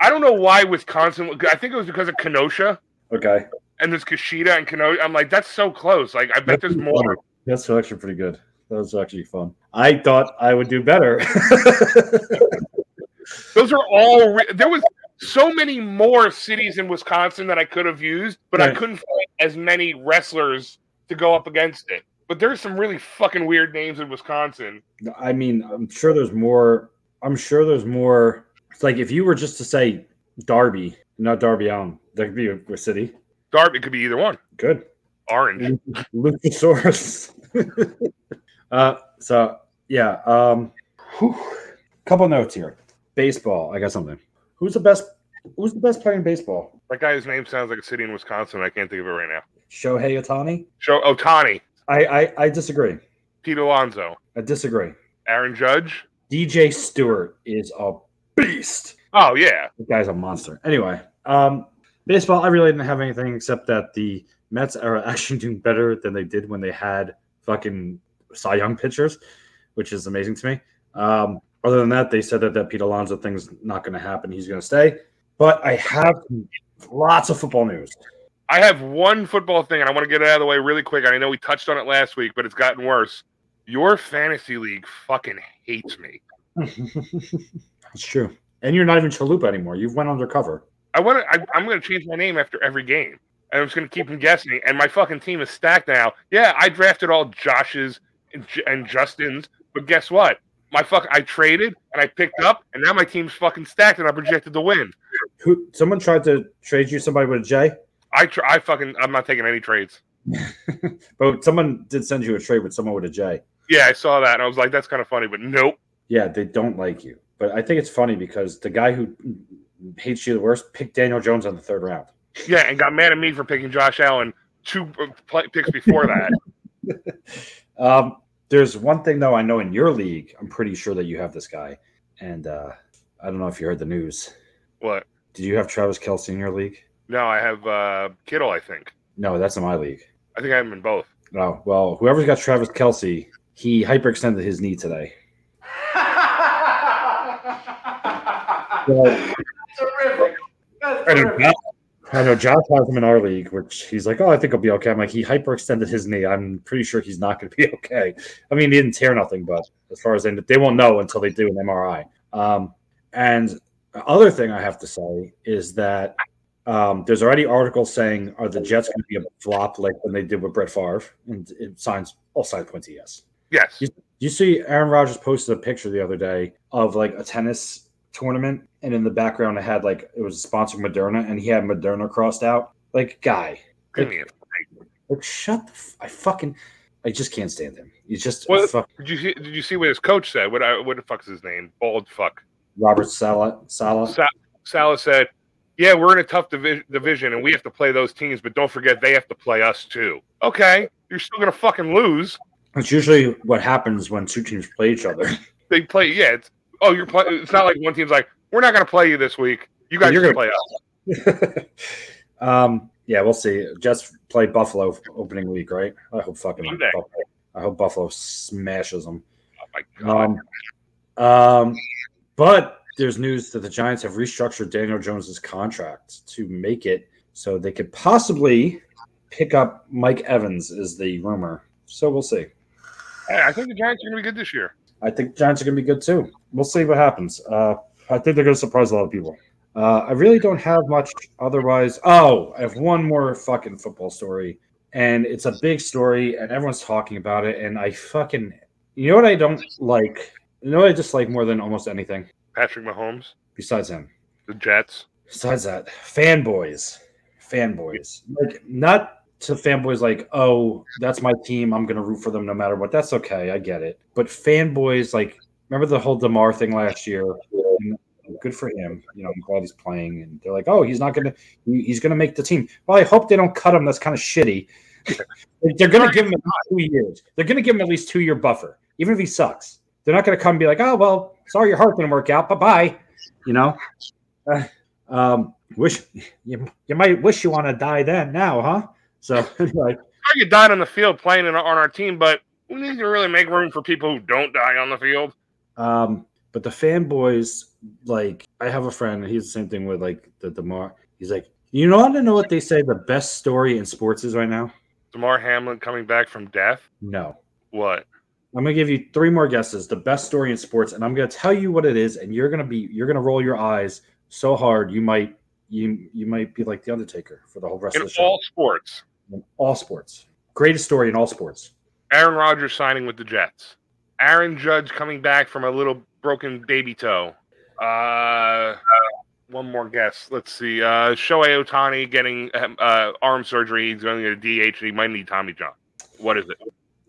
[SPEAKER 7] I don't know why Wisconsin. I think it was because of Kenosha
[SPEAKER 3] okay.
[SPEAKER 7] and there's Kushida and Kenosha. I'm like, that's so close. Like, I bet there's more.
[SPEAKER 3] That's actually pretty good. That was actually fun. I thought I would do better.
[SPEAKER 7] Those are all. Re- there was so many more cities in Wisconsin that I could have used, but I
[SPEAKER 3] Right.
[SPEAKER 7] couldn't find as many wrestlers to go up against it. But there's some really fucking weird names in Wisconsin.
[SPEAKER 3] No, I mean, I'm sure there's more. I'm sure there's more. It's like if you were just to say Darby, not Darby Allen, that could be a, a city.
[SPEAKER 7] Darby could be either one.
[SPEAKER 3] Good.
[SPEAKER 7] Orange.
[SPEAKER 3] Luchasaurus. uh, so, yeah. Um, whew. couple notes here. Baseball. I got something. Who's the best? Who's the best player in baseball?
[SPEAKER 7] That guy's name sounds like a city in Wisconsin. I can't think of it right now.
[SPEAKER 3] Shohei Otani?
[SPEAKER 7] Show Otani,
[SPEAKER 3] I, I, I disagree.
[SPEAKER 7] Pete Alonso,
[SPEAKER 3] I disagree.
[SPEAKER 7] Aaron Judge.
[SPEAKER 3] DJ Stewart is a beast.
[SPEAKER 7] Oh yeah,
[SPEAKER 3] The guy's a monster. Anyway, um, baseball, I really didn't have anything except that the Mets are actually doing better than they did when they had fucking Cy Young pitchers, which is amazing to me. Um, other than that, they said that that Pete Alonso thing's not going to happen. He's going to stay. But I have lots of football news.
[SPEAKER 7] I have one football thing, and I want to get it out of the way really quick. I know we touched on it last week, but it's gotten worse. Your fantasy league fucking hates me.
[SPEAKER 3] That's true. And you're not even Chalupa anymore. You've went undercover.
[SPEAKER 7] I want to. I'm going to change my name after every game, and I'm just going to keep them guessing. And my fucking team is stacked now. Yeah, I drafted all Josh's and, J- and Justin's, but guess what? My fuck, I traded and I picked up, and now my team's fucking stacked, and I projected to win.
[SPEAKER 3] Who? Someone tried to trade you somebody with a J,
[SPEAKER 7] I tr- I fucking, I'm not taking any trades.
[SPEAKER 3] but someone did send you a trade with someone with a J.
[SPEAKER 7] Yeah, I saw that, and I was like, that's kind of funny, but nope.
[SPEAKER 3] Yeah, they don't like you. But I think it's funny because the guy who hates you the worst picked Daniel Jones on the third round.
[SPEAKER 7] Yeah, and got mad at me for picking Josh Allen two uh, pl- picks before that.
[SPEAKER 3] Um, there's one thing though I know in your league, I'm pretty sure that you have this guy, and uh, I don't know if you heard the news.
[SPEAKER 7] what?
[SPEAKER 3] Did you have Travis Kelsey in your league?
[SPEAKER 7] No, I have uh, Kittle. I think.
[SPEAKER 3] No, that's in my league.
[SPEAKER 7] I think I have him in both.
[SPEAKER 3] No, well, whoever's got Travis Kelsey, he hyperextended his knee today.
[SPEAKER 5] That's
[SPEAKER 3] So,
[SPEAKER 5] terrific. That's
[SPEAKER 3] Brendan Bell- I know Josh has him in our league, which he's like, "Oh, I think he'll be okay." I'm like, he hyperextended his knee. I'm pretty sure he's not going to be okay. I mean, he didn't tear nothing, but as far as they, they won't know until they do an MRI. Um, and the other thing I have to say is that um, there's already articles saying, "Are the Jets going to be a flop like when they did with Brett Favre?" And it signs all signs point to yes.
[SPEAKER 7] Yes.
[SPEAKER 3] You see, Aaron Rodgers posted a picture the other day of like a tennis tournament, and in the background, it had like it was sponsored Moderna, and he had Moderna crossed out. Like, guy,
[SPEAKER 7] Give me a
[SPEAKER 3] like, shut the f- I fucking, I just can't stand him. He's just a
[SPEAKER 7] What-
[SPEAKER 3] fuck
[SPEAKER 7] Did you see? Did you see what his coach said? What? I, what the fuck's his name? Bald fuck.
[SPEAKER 3] Robert Sala. Sala.
[SPEAKER 7] Sa- Salah said, "Yeah, we're in a tough divi- division, and we have to play those teams. But don't forget, they have to play us too. Okay, you're still gonna fucking lose.
[SPEAKER 3] It's usually what happens when two teams play each other.
[SPEAKER 7] They play. Yeah, it's oh, you're playing. It's not like one team's like, we're not gonna play you this week. You guys
[SPEAKER 3] You're
[SPEAKER 7] can
[SPEAKER 3] gonna-
[SPEAKER 7] play us.
[SPEAKER 3] um, yeah, we'll see. Jets play Buffalo opening week, right? I hope fucking
[SPEAKER 7] Monday.
[SPEAKER 3] Buffalo, I hope Buffalo smashes them.
[SPEAKER 7] Oh my god.
[SPEAKER 3] Um, um, but there's news that the Giants have restructured Daniel Jones's contract to make it so they could possibly pick up Mike Evans is the rumor. So we'll see.
[SPEAKER 7] Hey, I think the Giants are gonna be good this year.
[SPEAKER 3] I think Giants are going to be good too. We'll see what happens. Uh, I think they're going to surprise a lot of people. Uh, I really don't have much otherwise. Oh, I have one more fucking football story, and it's a big story, and everyone's talking about it. And I fucking, you know what I don't like? You know what I dislike more than almost anything
[SPEAKER 7] Patrick Mahomes,
[SPEAKER 3] besides him?
[SPEAKER 7] the Jets.
[SPEAKER 3] besides that, fanboys, fanboys, like not to fanboys like, oh, that's my team, I'm gonna root for them no matter what. That's okay, I get it. But fanboys, like, remember the whole Demar thing last year? And Good for him. You know, I'm glad he's playing. And they're like, oh, he's not gonna, he- he's gonna make the team. Well, I hope they don't cut him. That's kind of shitty. they're gonna give him at least two years. They're gonna give him at least two year buffer, even if he sucks. They're not gonna come and be like, oh, well, sorry, your heart didn't work out. Bye bye. You know. Um, wish you, you might wish you want to die then now, huh? So like,
[SPEAKER 7] Are you died on the field playing in, on our team? But we need to really make room for people who don't die on the field.
[SPEAKER 3] um, but the fanboys, like, I have a friend, he's the same thing with like the Demar. He's like, you know, want to know what they say the best story in sports is right now?
[SPEAKER 7] Damar Hamlin coming back from death.
[SPEAKER 3] No,
[SPEAKER 7] What?
[SPEAKER 3] I'm gonna give you three more guesses. The best story in sports, and I'm gonna tell you what it is, and you're gonna be you're gonna roll your eyes so hard you might you you might be like the Undertaker for the whole rest
[SPEAKER 7] In
[SPEAKER 3] of the show.
[SPEAKER 7] all sports,
[SPEAKER 3] in all sports, greatest story in all sports.
[SPEAKER 7] Aaron Rodgers signing with the Jets. Aaron Judge coming back from a little broken baby toe. Uh, one more guess. Let's see. Uh, Shohei Otani getting um, uh, arm surgery. He's going to get a DH and he might need Tommy John. What is it?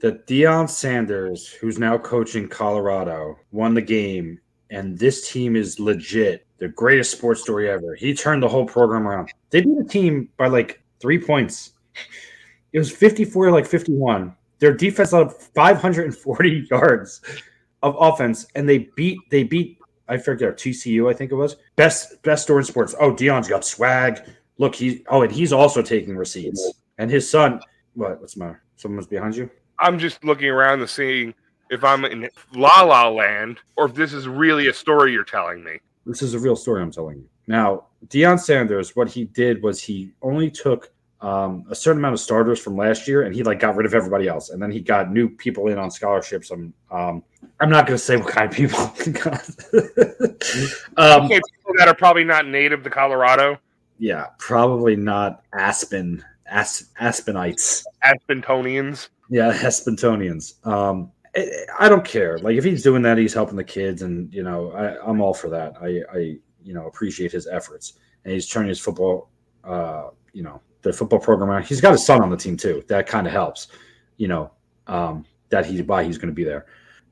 [SPEAKER 3] that Deion Sanders, who's now coaching Colorado, won the game, and this team is legit. The greatest sports story ever. He turned the whole program around. They beat the team by like three points. It was 54 like 51. Their defense allowed 540 yards of offense, and they beat they beat I forget TCU, I think it was. Best best store in sports. Oh, Dion's got swag. Look, he oh, and he's also taking receipts. And his son, what? What's the matter? Someone's behind you?
[SPEAKER 7] I'm just looking around and seeing if I'm in La La Land or if this is really a story you're telling me.
[SPEAKER 3] This is a real story I'm telling you. Now, Deion Sanders, what he did was he only took um, a certain amount of starters from last year, and he like got rid of everybody else, and then he got new people in on scholarships. I'm um, I'm not going to say what kind of people. um,
[SPEAKER 7] Okay, people that are probably not native to Colorado,
[SPEAKER 3] yeah, probably not Aspen As- Aspenites.
[SPEAKER 7] Aspentonians.
[SPEAKER 3] Yeah, Hespentonians. Um, I, I don't care. Like if he's doing that, he's helping the kids, and you know, I, I'm all for that. I, I, you know, appreciate his efforts, and he's turning his football, uh, you know, the football program around. He's got his son on the team too. That kind of helps, you know, um, that he why he's going to be there.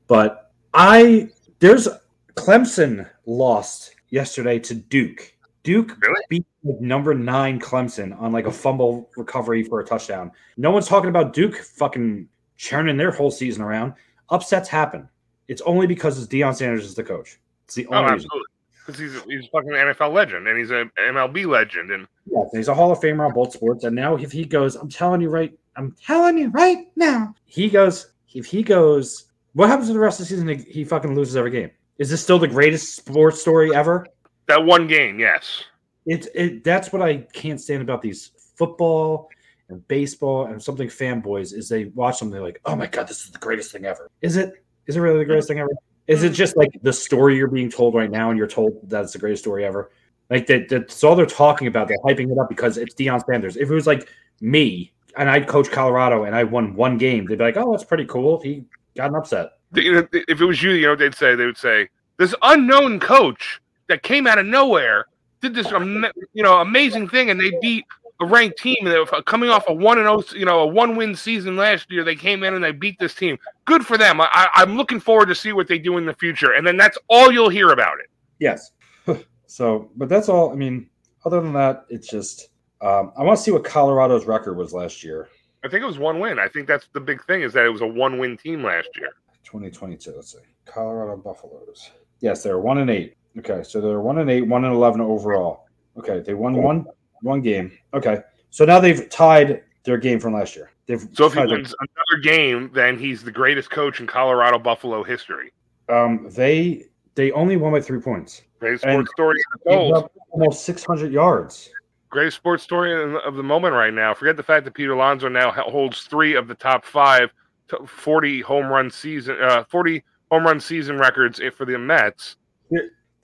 [SPEAKER 3] But I there's Clemson lost yesterday to Duke. Duke
[SPEAKER 7] Really?
[SPEAKER 3] beat like, number nine Clemson on like a fumble recovery for a touchdown. No one's talking about Duke fucking churning their whole season around. Upsets happen. It's only because it's Deion Sanders is the coach. It's the
[SPEAKER 7] Oh,
[SPEAKER 3] only reason.
[SPEAKER 7] absolutely. Because he's, he's a fucking NFL legend and he's an MLB legend. And
[SPEAKER 3] Yeah, he's a Hall of Famer on both sports. And now if he goes, I'm telling you right, I'm telling you right now, he goes. If he goes, what happens to the rest of the season? He- He fucking loses every game. Is this still the greatest sports story ever?
[SPEAKER 7] that one game, yes.
[SPEAKER 3] it's it that's what I can't stand about these football and baseball and something fanboys is they watch something like, oh my god, this is the greatest thing ever. Is it? Is it really the greatest thing ever? Is it just like the story you're being told right now, and you're told that's the greatest story ever? Like that, that's all they're talking about. They're hyping it up because it's Deion Sanders. If it was like me and I coached Colorado and I won one game, they'd be like, "Oh, that's pretty cool. He got an upset."
[SPEAKER 7] You know, if it was you, you know, what they'd say they would say this unknown coach that came out of nowhere did this, ama- you know, amazing thing, and they beat a ranked team, and they were coming off a one and oh, you know, a one win season last year. They came in and they beat this team. Good for them. I, I, I'm looking forward to see what they do in the future, and then that's all you'll hear about it.
[SPEAKER 3] Yes. so, but that's all. I mean, other than that, it's just um, I want to see what Colorado's record was last year,
[SPEAKER 7] I think it was one win. I think that's the big thing is that it was a one win team last year.
[SPEAKER 3] 2022. Let's see, Colorado Buffaloes. Yes, they're one and eight. Okay, so they're one and eight, one and eleven overall. Okay, they won one one game. Okay, so now they've tied their game from last year. They've
[SPEAKER 7] So if he
[SPEAKER 3] tied their-
[SPEAKER 7] wins another game, then he's the greatest coach in Colorado Buffalo history.
[SPEAKER 3] um, they they only won by three points.
[SPEAKER 7] Greatest
[SPEAKER 3] And-
[SPEAKER 7] sports story of the
[SPEAKER 3] They
[SPEAKER 7] goals.
[SPEAKER 3] dropped Almost 600 yards.
[SPEAKER 7] Greatest sports story of of the moment right now. Forget the fact that Pete Alonso now ha- holds three of the top five to- 40 home run season, uh, 40 home run season records i- for the Mets.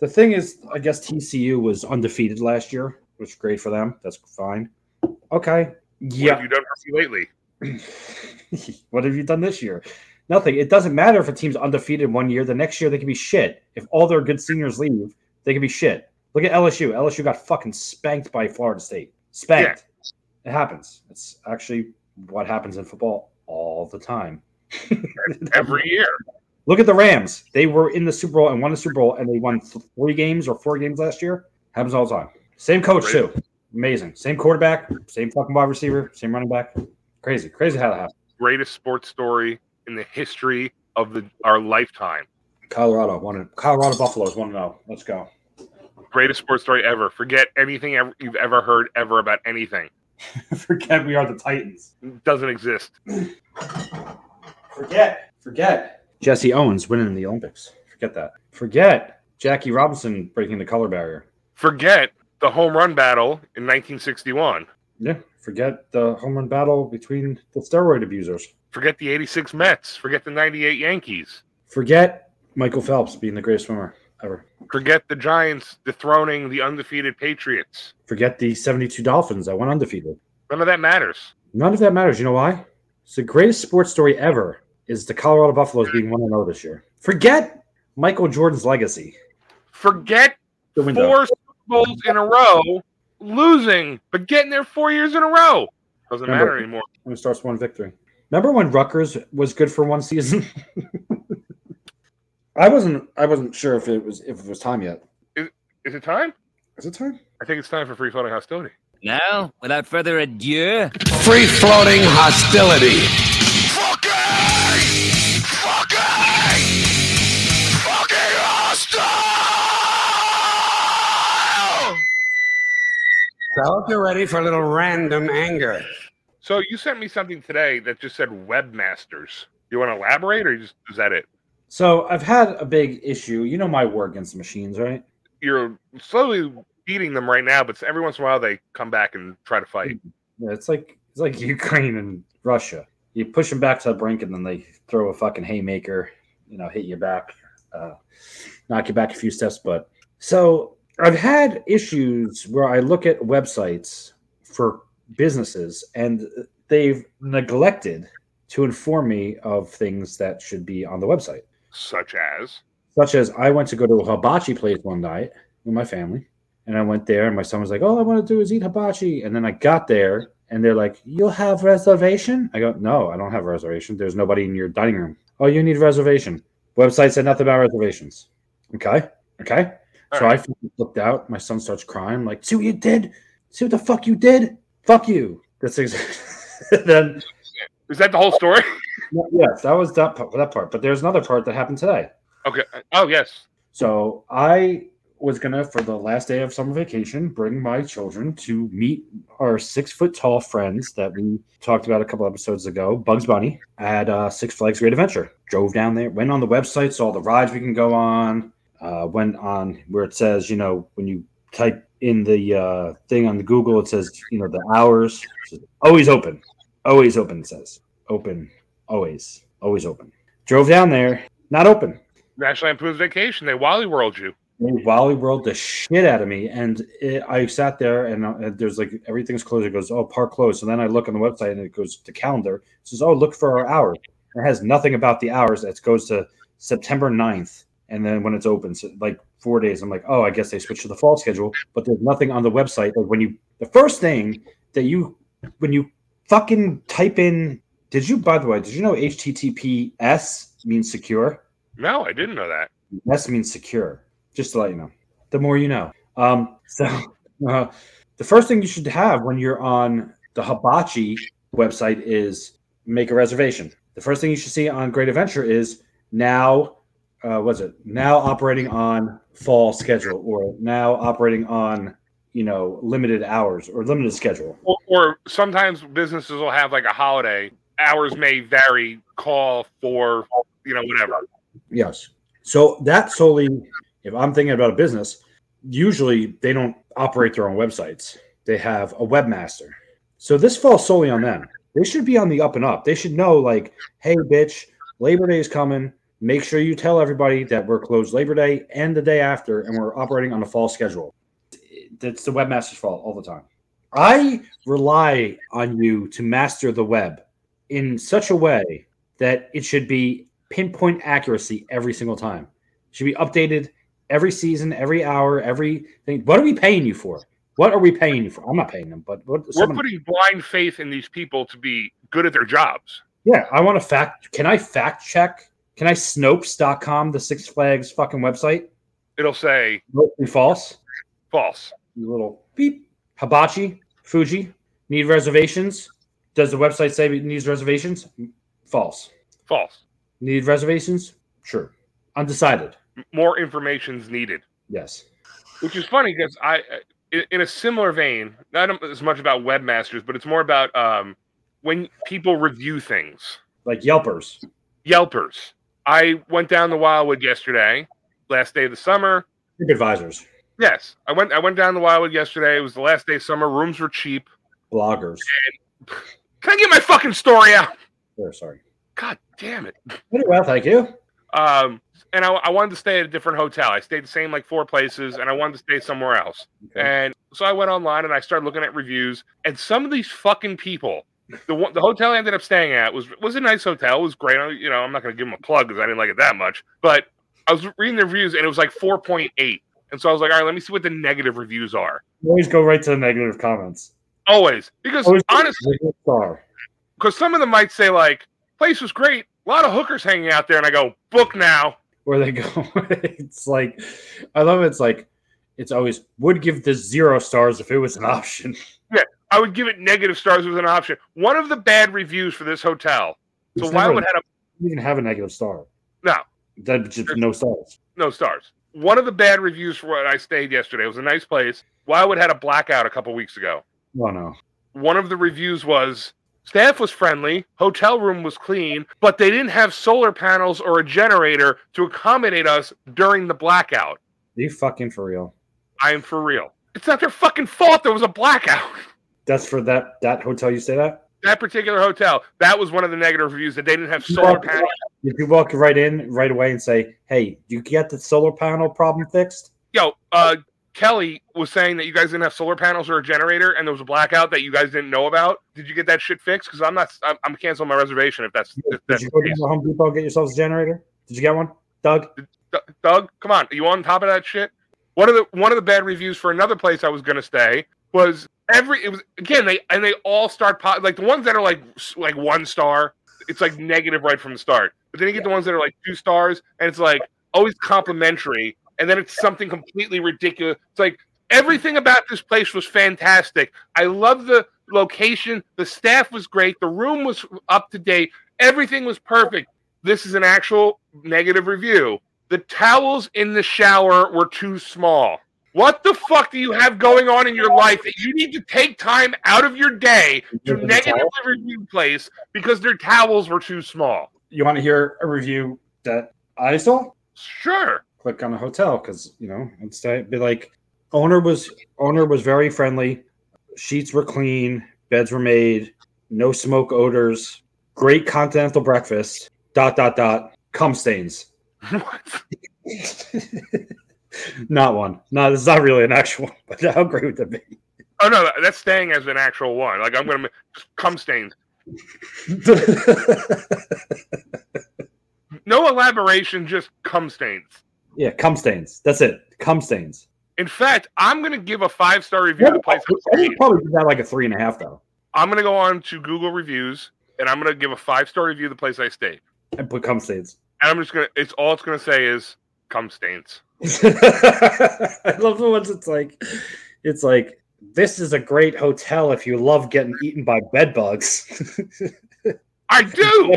[SPEAKER 3] The thing is, I guess TCU was undefeated last year, which is great for them. That's fine. Okay.
[SPEAKER 7] What
[SPEAKER 3] Yeah.
[SPEAKER 7] have you done for me lately?
[SPEAKER 3] what have you done this year? Nothing. It doesn't matter if a team's undefeated one year. The next year they can be shit. If all their good seniors leave, they can be shit. Look at LSU. LSU got fucking spanked by Florida State. Spanked. It happens. It's actually what happens in football all the time.
[SPEAKER 7] Every year.
[SPEAKER 3] Look at the Rams. They were in the Super Bowl and won the Super Bowl, and they won th- three games or four games last year. Happens all the time. Same coach too. Amazing. Same quarterback. Same fucking wide receiver. Same running back. Crazy. Crazy how that happens.
[SPEAKER 7] Greatest sports story in the history of the our lifetime.
[SPEAKER 3] Colorado one. and- Colorado Buffaloes one. and zero. Let's go.
[SPEAKER 7] Greatest sports story ever. Forget anything ever, you've ever heard ever about anything.
[SPEAKER 3] Forget we are the Titans.
[SPEAKER 7] Doesn't exist.
[SPEAKER 3] Forget. Forget. Jesse Owens winning the Olympics. Forget that. Forget Jackie Robinson breaking the color barrier.
[SPEAKER 7] Forget the home run battle in 1961.
[SPEAKER 3] Yeah. Forget the home run battle between the steroid abusers.
[SPEAKER 7] Forget the 86 Mets. Forget the 98 Yankees.
[SPEAKER 3] Forget Michael Phelps being the greatest swimmer ever.
[SPEAKER 7] Forget the Giants dethroning the undefeated Patriots.
[SPEAKER 3] Forget the 72 Dolphins that went undefeated.
[SPEAKER 7] None of that matters.
[SPEAKER 3] None of that matters. You know why? It's the greatest sports story ever is the Colorado Buffaloes being 1 0 this year. Forget Michael Jordan's legacy.
[SPEAKER 7] Forget
[SPEAKER 3] The window.
[SPEAKER 7] four Super Bowls in a row, losing, but getting there four years in a row. Doesn't
[SPEAKER 3] Remember-
[SPEAKER 7] matter anymore.
[SPEAKER 3] When it starts one victory. Remember when Rutgers was good for one season? I wasn't I wasn't sure if it was if it was time yet.
[SPEAKER 7] Is it time?
[SPEAKER 3] Is it time?
[SPEAKER 7] I think it's time for free floating hostility.
[SPEAKER 9] Now, without further ado,
[SPEAKER 4] Free floating hostility.
[SPEAKER 2] So if you're ready for a little random anger.
[SPEAKER 7] So you sent me something today that just said webmasters. You want to elaborate, or just, is that it?
[SPEAKER 3] So I've had a big issue. You know my war against the machines, right?
[SPEAKER 7] You're slowly beating them right now, but every once in a while they come back and try to fight.
[SPEAKER 3] Yeah, it's like it's like Ukraine and Russia. You push them back to the brink, and then they throw a fucking haymaker. You know, hit you back, uh, knock you back a few steps. But so I've had issues where I look at websites for businesses, and they've neglected to inform me of things that should be on the website
[SPEAKER 7] Such as
[SPEAKER 3] such as I went to go to a hibachi place one night with my family, and I went there, and my son was like, "All I want to do is eat hibachi," and then I got there, and they're like, "You'll have reservation?" I go, "No, I don't have a reservation. There's nobody in your dining room. Oh, you need a reservation." Website said nothing about reservations. Okay, okay.
[SPEAKER 7] All
[SPEAKER 3] so I fucking flipped out. My son starts crying. I'm like, "See what you did? See what the fuck you did? Fuck you!" That's exactly. then
[SPEAKER 7] is that the whole story?
[SPEAKER 3] yes, that was that part, that part. But there's another part that happened today.
[SPEAKER 7] okay. Oh yes.
[SPEAKER 3] So I was gonna, for the last day of summer vacation, bring my children to meet our six foot tall friends that we talked about a couple episodes ago, Bugs Bunny at uh, Six Flags Great Adventure. Drove down there, went on the website, saw the rides we can go on. Uh, went on where it says, you know, when you type in the uh, thing on the Google, it says you know the hours It says, always open, always open. It says open, always, always open. Drove down there, not open.
[SPEAKER 7] National Lampoon's Vacation. They Wally World you.
[SPEAKER 3] They Wally World the shit out of me, and it, I sat there and uh, there's like everything's closed. It goes oh park closed, and then I look on the website and it goes to calendar. It says oh look for our hours. It has nothing about the hours. It goes to September 9th. And then when it's open, so like four days, I'm like, oh, I guess they switched to the fall schedule. But there's nothing on the website. Like when you, the first thing that you, when you fucking type in, did you, by the way, did you know HTTPS means secure?
[SPEAKER 7] No, I didn't know that.
[SPEAKER 3] S means secure, just to let you know. The more you know. Um, so uh, the first thing you should have when you're on the Hibachi website is make a reservation. The first thing you should see on Great Adventure is now uh, was it now operating on fall schedule or now operating on you know limited hours or limited schedule
[SPEAKER 7] Or, or sometimes businesses will have like a holiday. Hours may vary. Call for you know whatever.
[SPEAKER 3] yes so that solely if i'm thinking about a business usually they don't operate their own websites they have a webmaster so this falls solely on them they should be on the up and up they should know like hey bitch labor day is coming make sure you tell everybody that we're closed labor day and the day after and we're operating on a fall schedule that's the webmaster's fault all the time. I rely on you to master the web in such a way that it should be pinpoint accuracy every single time. It should be updated every season, every hour, every thing. What are we paying you for? What are we paying you for? I'm not paying them, but what,
[SPEAKER 7] We're
[SPEAKER 3] someone-
[SPEAKER 7] putting blind faith in these people to be good at their jobs.
[SPEAKER 3] yeah, I want to fact. Can I fact check? Can I Snopes.com, the Six Flags fucking website?
[SPEAKER 7] It'll say
[SPEAKER 3] Mostly false.
[SPEAKER 7] false.
[SPEAKER 3] You little beep. Hibachi, Fuji, need reservations. Does the website say it needs reservations? False.
[SPEAKER 7] False.
[SPEAKER 3] Need reservations? True. Undecided.
[SPEAKER 7] More information's needed,
[SPEAKER 3] Yes.
[SPEAKER 7] which is funny because I, uh, in- in a similar vein, not as much about webmasters, but it's more about um, when people review things.
[SPEAKER 3] Like Yelpers.
[SPEAKER 7] Yelpers. I went down the Wildwood yesterday, last day of the summer.
[SPEAKER 3] TripAdvisors.
[SPEAKER 7] Yes, I went. I went down the Wildwood yesterday. It was the last day of summer. Rooms were cheap.
[SPEAKER 3] Bloggers.
[SPEAKER 7] Can I get my fucking story out?
[SPEAKER 3] There, sorry.
[SPEAKER 7] God damn it.
[SPEAKER 3] Very well, thank you.
[SPEAKER 7] Um, and I, I wanted to stay at a different hotel. I stayed the same like four places, and I wanted to stay somewhere else. And so I went online and I started looking at reviews. And some of these fucking people, the one- the hotel I ended up staying at was was a nice hotel. It was great. I- You know, I'm not going to give them a plug because I didn't like it that much. But I was reading the reviews, and it was like 4.8. And so I was like, all right, let me see what the negative reviews are.
[SPEAKER 3] Always go right to the negative comments.
[SPEAKER 7] Always, because
[SPEAKER 3] Always
[SPEAKER 7] honestly,
[SPEAKER 3] star.
[SPEAKER 7] because some of them might say like, place was great, a lot of hookers hanging out there, and I go book now.
[SPEAKER 3] Where they go. it's like I love it. It's like it's always would give this zero stars if it was an option.
[SPEAKER 7] I would give it negative stars as an option. One of the bad reviews for this hotel. So
[SPEAKER 3] It's
[SPEAKER 7] why
[SPEAKER 3] never-
[SPEAKER 7] would had a,
[SPEAKER 3] You can have a negative star.
[SPEAKER 7] No.
[SPEAKER 3] That just no stars.
[SPEAKER 7] no stars? One of the bad reviews for what I stayed yesterday it was a nice place. Wildwood had a blackout a couple weeks ago.
[SPEAKER 3] Oh no.
[SPEAKER 7] One of the reviews was staff was friendly, hotel room was clean, but they didn't have solar panels or a generator to accommodate us during the blackout.
[SPEAKER 3] Are you fucking for real?
[SPEAKER 7] I am for real. It's not their fucking fault there was a blackout.
[SPEAKER 3] That's for that that hotel you stayed at?
[SPEAKER 7] That particular hotel, that was one of the negative reviews that they didn't have solar
[SPEAKER 3] Blackout.
[SPEAKER 7] panels.
[SPEAKER 3] Did you walk right in right away and say, Hey, you get the solar panel problem fixed?
[SPEAKER 7] yo, uh, Kelly was saying that you guys didn't have solar panels or a generator, and there was a blackout that you guys didn't know about. Did you get that shit fixed? Because I'm not, I'm, I'm canceling my reservation if that's, if
[SPEAKER 3] Did
[SPEAKER 7] that's
[SPEAKER 3] you
[SPEAKER 7] the
[SPEAKER 3] go to
[SPEAKER 7] case.
[SPEAKER 3] the Home Depot and get yourself a generator? Did you get one? Doug?
[SPEAKER 7] Doug- Doug, come on, are you on top of that shit? One of the one of the bad reviews for another place I was gonna stay was every it was again they and they all start po- like the ones that are like s- like one star, it's like negative right from the start. But then you get the ones that are like two stars, and it's like always complimentary, and then it's something completely ridiculous. It's like everything about this place was fantastic. I love the location, the staff was great, the room was up to date, everything was perfect. This is an actual negative review. The towels in the shower were too small. What the fuck do you have going on in your life that you need to take time out of your day to
[SPEAKER 3] Look at the
[SPEAKER 7] negatively
[SPEAKER 3] towel.
[SPEAKER 7] review place because their towels were too small?
[SPEAKER 3] You want to hear a review that I saw?
[SPEAKER 7] Sure.
[SPEAKER 3] Click on a hotel because you know, instead be like owner was owner was very friendly. Sheets were clean, beds were made, no smoke odors, great continental breakfast. Dot dot dot. Cum stains. not one. No, this is not really an actual. one, But how great would that be?
[SPEAKER 7] Oh no, that's staying as an actual one. Like I'm gonna ma- just cum stains. No elaboration, just cum stains.
[SPEAKER 3] yeah, cum stains. That's it. Cum stains.
[SPEAKER 7] In fact, I'm gonna give a five star review to place.
[SPEAKER 3] I would probably give that like a three and a half though,
[SPEAKER 7] I'm gonna go on to Google reviews and I'm gonna give a five star review the place I stayed.
[SPEAKER 3] and put cum stains.
[SPEAKER 7] And I'm just gonna it's all it's gonna say is cum stains.
[SPEAKER 3] I love the ones it's like it's like this is a great hotel if you love getting eaten by bed bugs
[SPEAKER 7] I do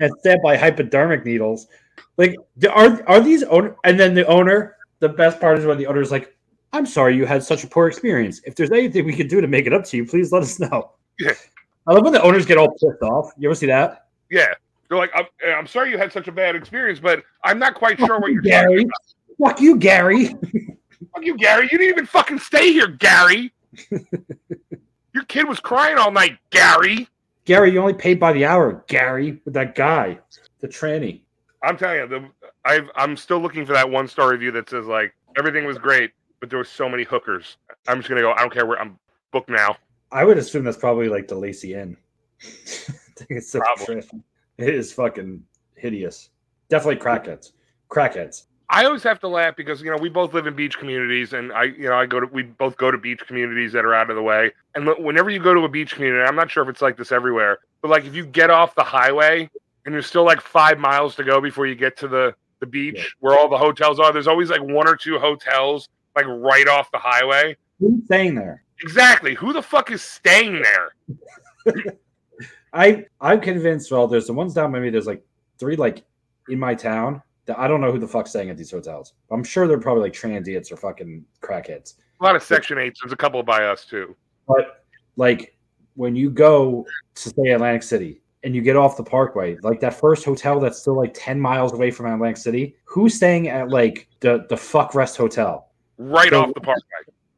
[SPEAKER 3] and stabbed by hypodermic needles. Like the- are are these owner and then the owner, the best part is when the owner's like, I'm sorry you had such a poor experience. If there's anything we can do to make it up to you, please let us know.
[SPEAKER 7] Yeah.
[SPEAKER 3] I love when the owners get all pissed off. You ever see that?
[SPEAKER 7] Yeah. They're like, I'm, I'm sorry you had such a bad experience, but I'm not quite sure what you're talking
[SPEAKER 3] Gary. Fuck you, Gary.
[SPEAKER 7] Fuck you, Gary. You didn't even fucking stay here, Gary. Your kid was crying all night, Gary.
[SPEAKER 3] Gary, you only paid by the hour, Gary, with that guy, the tranny.
[SPEAKER 7] I'm telling you, the, I've, I'm still looking for that one star review that says like everything was great, but there were so many hookers. I'm just gonna go. I don't care where I'm booked now.
[SPEAKER 3] I would assume that's probably like the Lacey Inn. I think it's such
[SPEAKER 7] Probably.
[SPEAKER 3] trash. It is fucking hideous. Definitely crackheads. Crackheads.
[SPEAKER 7] I always have to laugh because you know we both live in beach communities, and I you know I go to we both go to beach communities that are out of the way. And look, whenever you go to a beach community, I'm not sure if it's like this everywhere, but like if you get off the highway and there's still like five miles to go before you get to the the beach where all the hotels are, there's always like one or two hotels like right off the highway.
[SPEAKER 3] Who's staying there?
[SPEAKER 7] Exactly. Who the fuck is staying there?
[SPEAKER 3] I I'm convinced. Well, there's the ones down by me. There's like three like in my town that I don't know who the fuck's staying at these hotels. I'm sure they're probably like transients or fucking crackheads.
[SPEAKER 7] A lot of section eights. There's a couple by us too.
[SPEAKER 3] But like when you go to say Atlantic City and you get off the parkway, like that first hotel that's still like 10 miles away from Atlantic City, who's staying at like the, the fuck rest hotel?
[SPEAKER 7] Right off the parkway.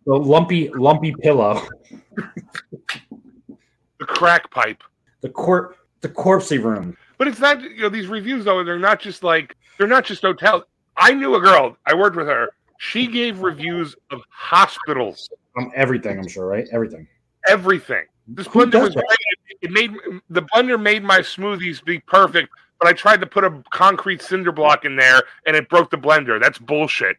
[SPEAKER 3] The lumpy, lumpy pillow,
[SPEAKER 7] The crack pipe.
[SPEAKER 3] the corp the corpsey room.
[SPEAKER 7] But it's not you know these reviews though. They're not just like they're not just hotels. I knew a girl. I worked with her. She gave reviews of hospitals,
[SPEAKER 3] Um, everything, I'm sure, right? Everything.
[SPEAKER 7] everything. This
[SPEAKER 3] Who
[SPEAKER 7] blender
[SPEAKER 3] does
[SPEAKER 7] was
[SPEAKER 3] that?
[SPEAKER 7] great. It made the blender made my smoothies be perfect. But I tried to put a concrete cinder block in there, and it broke the blender. That's bullshit.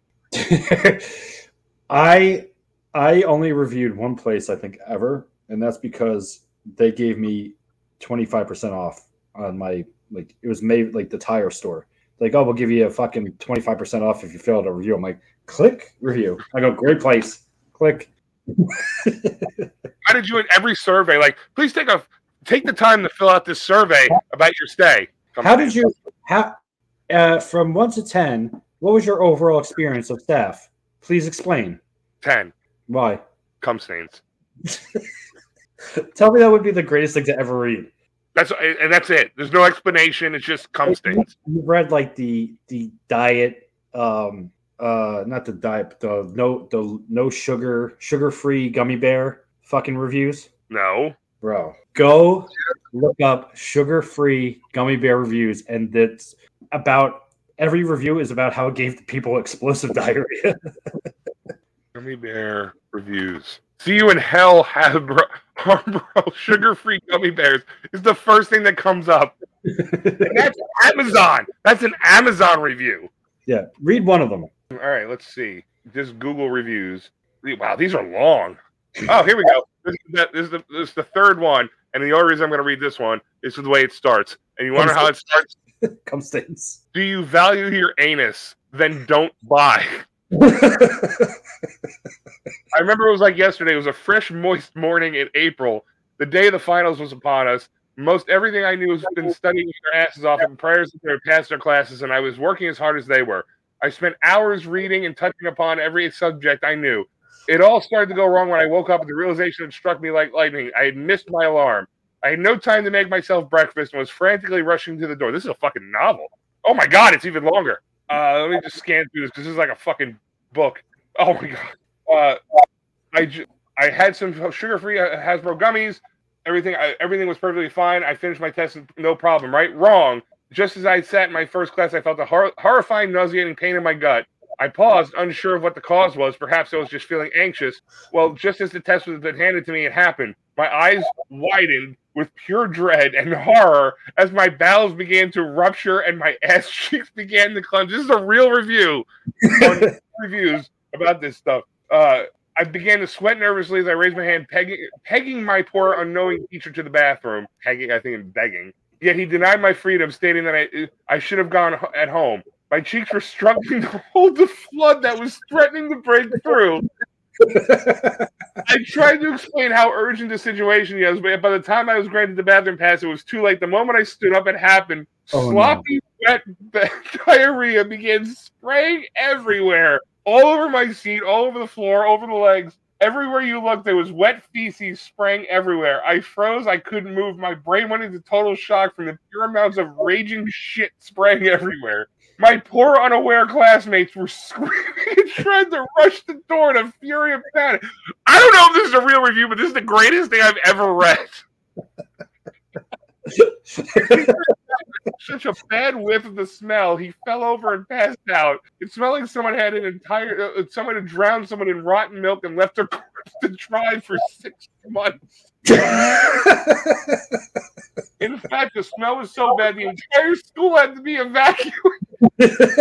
[SPEAKER 3] I I only reviewed one place I think ever, and that's because they gave me twenty five percent off on my like it was made like the tire store. Like, oh, we'll give you a fucking twenty five percent off if you fill out a review. I'm like, click review. I go, great place. Click.
[SPEAKER 7] How did you in every survey? Like, please take a take the time to fill out this survey about your stay. Come
[SPEAKER 3] How
[SPEAKER 7] on.
[SPEAKER 3] did you how uh, from one to ten? What was your overall experience of staff? Please explain
[SPEAKER 7] ten
[SPEAKER 3] why.
[SPEAKER 7] cum stains?
[SPEAKER 3] Tell me that would be the greatest thing to ever read.
[SPEAKER 7] That's and that's it. There's no explanation. It's just cum stains.
[SPEAKER 3] You've read like the the diet, um, uh, not the diet, but the no the no sugar sugar free gummy bear fucking reviews,
[SPEAKER 7] No.
[SPEAKER 3] bro. Go look up sugar free gummy bear reviews, and that's about every review is about how it gave the people explosive diarrhea.
[SPEAKER 7] Gummy bear reviews. See you in hell, Hasbro. Harbro sugar-free gummy bears is the first thing that comes up. And that's Amazon. That's an Amazon review.
[SPEAKER 3] yeah, read one of them.
[SPEAKER 7] All right, let's see. Just Google reviews. Wow, these are long. Oh, here we go. This is the, this is the, this is the third one, and the only reason I'm going to read this one is the way it starts. And you want to know how it starts?
[SPEAKER 3] Come stains.
[SPEAKER 7] Do you value your anus? Then don't buy. I remember it was like yesterday. It was a fresh, moist morning in April. The day of the finals was upon us. Most everything I knew has been studying their asses off and prayers that they would pass their classes, and I was working as hard as they were. I spent hours reading and touching upon every subject I knew. It all started to go wrong when I woke up, and the realization had struck me like lightning. I had missed my alarm. I had no time to make myself breakfast and was frantically rushing to the door. This is a fucking novel. Oh my god, it's even longer. Uh, let me just scan through this because this is like a fucking book. Oh my god. uh, I ju- I had some sugar-free uh, Hasbro gummies. Everything I, everything was perfectly fine. I finished my test, no problem. Right? Wrong. Just as I sat in my first class, I felt a hor- horrifying, nauseating pain in my gut. I paused, unsure of what the cause was. Perhaps I was just feeling anxious. Well, just as the test was been handed to me, it happened. My eyes widened with pure dread and horror as my bowels began to rupture and my ass cheeks began to clench. This is a real review on reviews about this stuff. Uh, I began to sweat nervously as I raised my hand, pegging, pegging my poor unknowing teacher to the bathroom. Pegging, I think, and begging. Yet he denied my freedom, stating that I, I should have gone h- at home. My cheeks were struggling to hold the flood that was threatening to break through. I tried to explain how urgent the situation was, but by the time I was granted the bathroom pass, it was too late. The moment I stood up, it happened.
[SPEAKER 3] Oh, no.
[SPEAKER 7] Sloppy, wet ba- diarrhea began spraying everywhere, all over my seat, all over the floor, over the legs. Everywhere you looked, there was wet feces spraying everywhere. I froze. I couldn't move. My brain went into total shock from the pure amounts of raging shit spraying everywhere. My poor, unaware classmates were screaming and trying to rush the door in a fury of panic. I don't know if this is a real review, but this is the greatest thing I've ever read. Such a bad whiff of the smell, he fell over and passed out. It smelled like someone had an entire uh, someone had drowned someone in rotten milk and left their corpse to dry for six months. In fact, the smell was so bad the entire school had to be evacuated.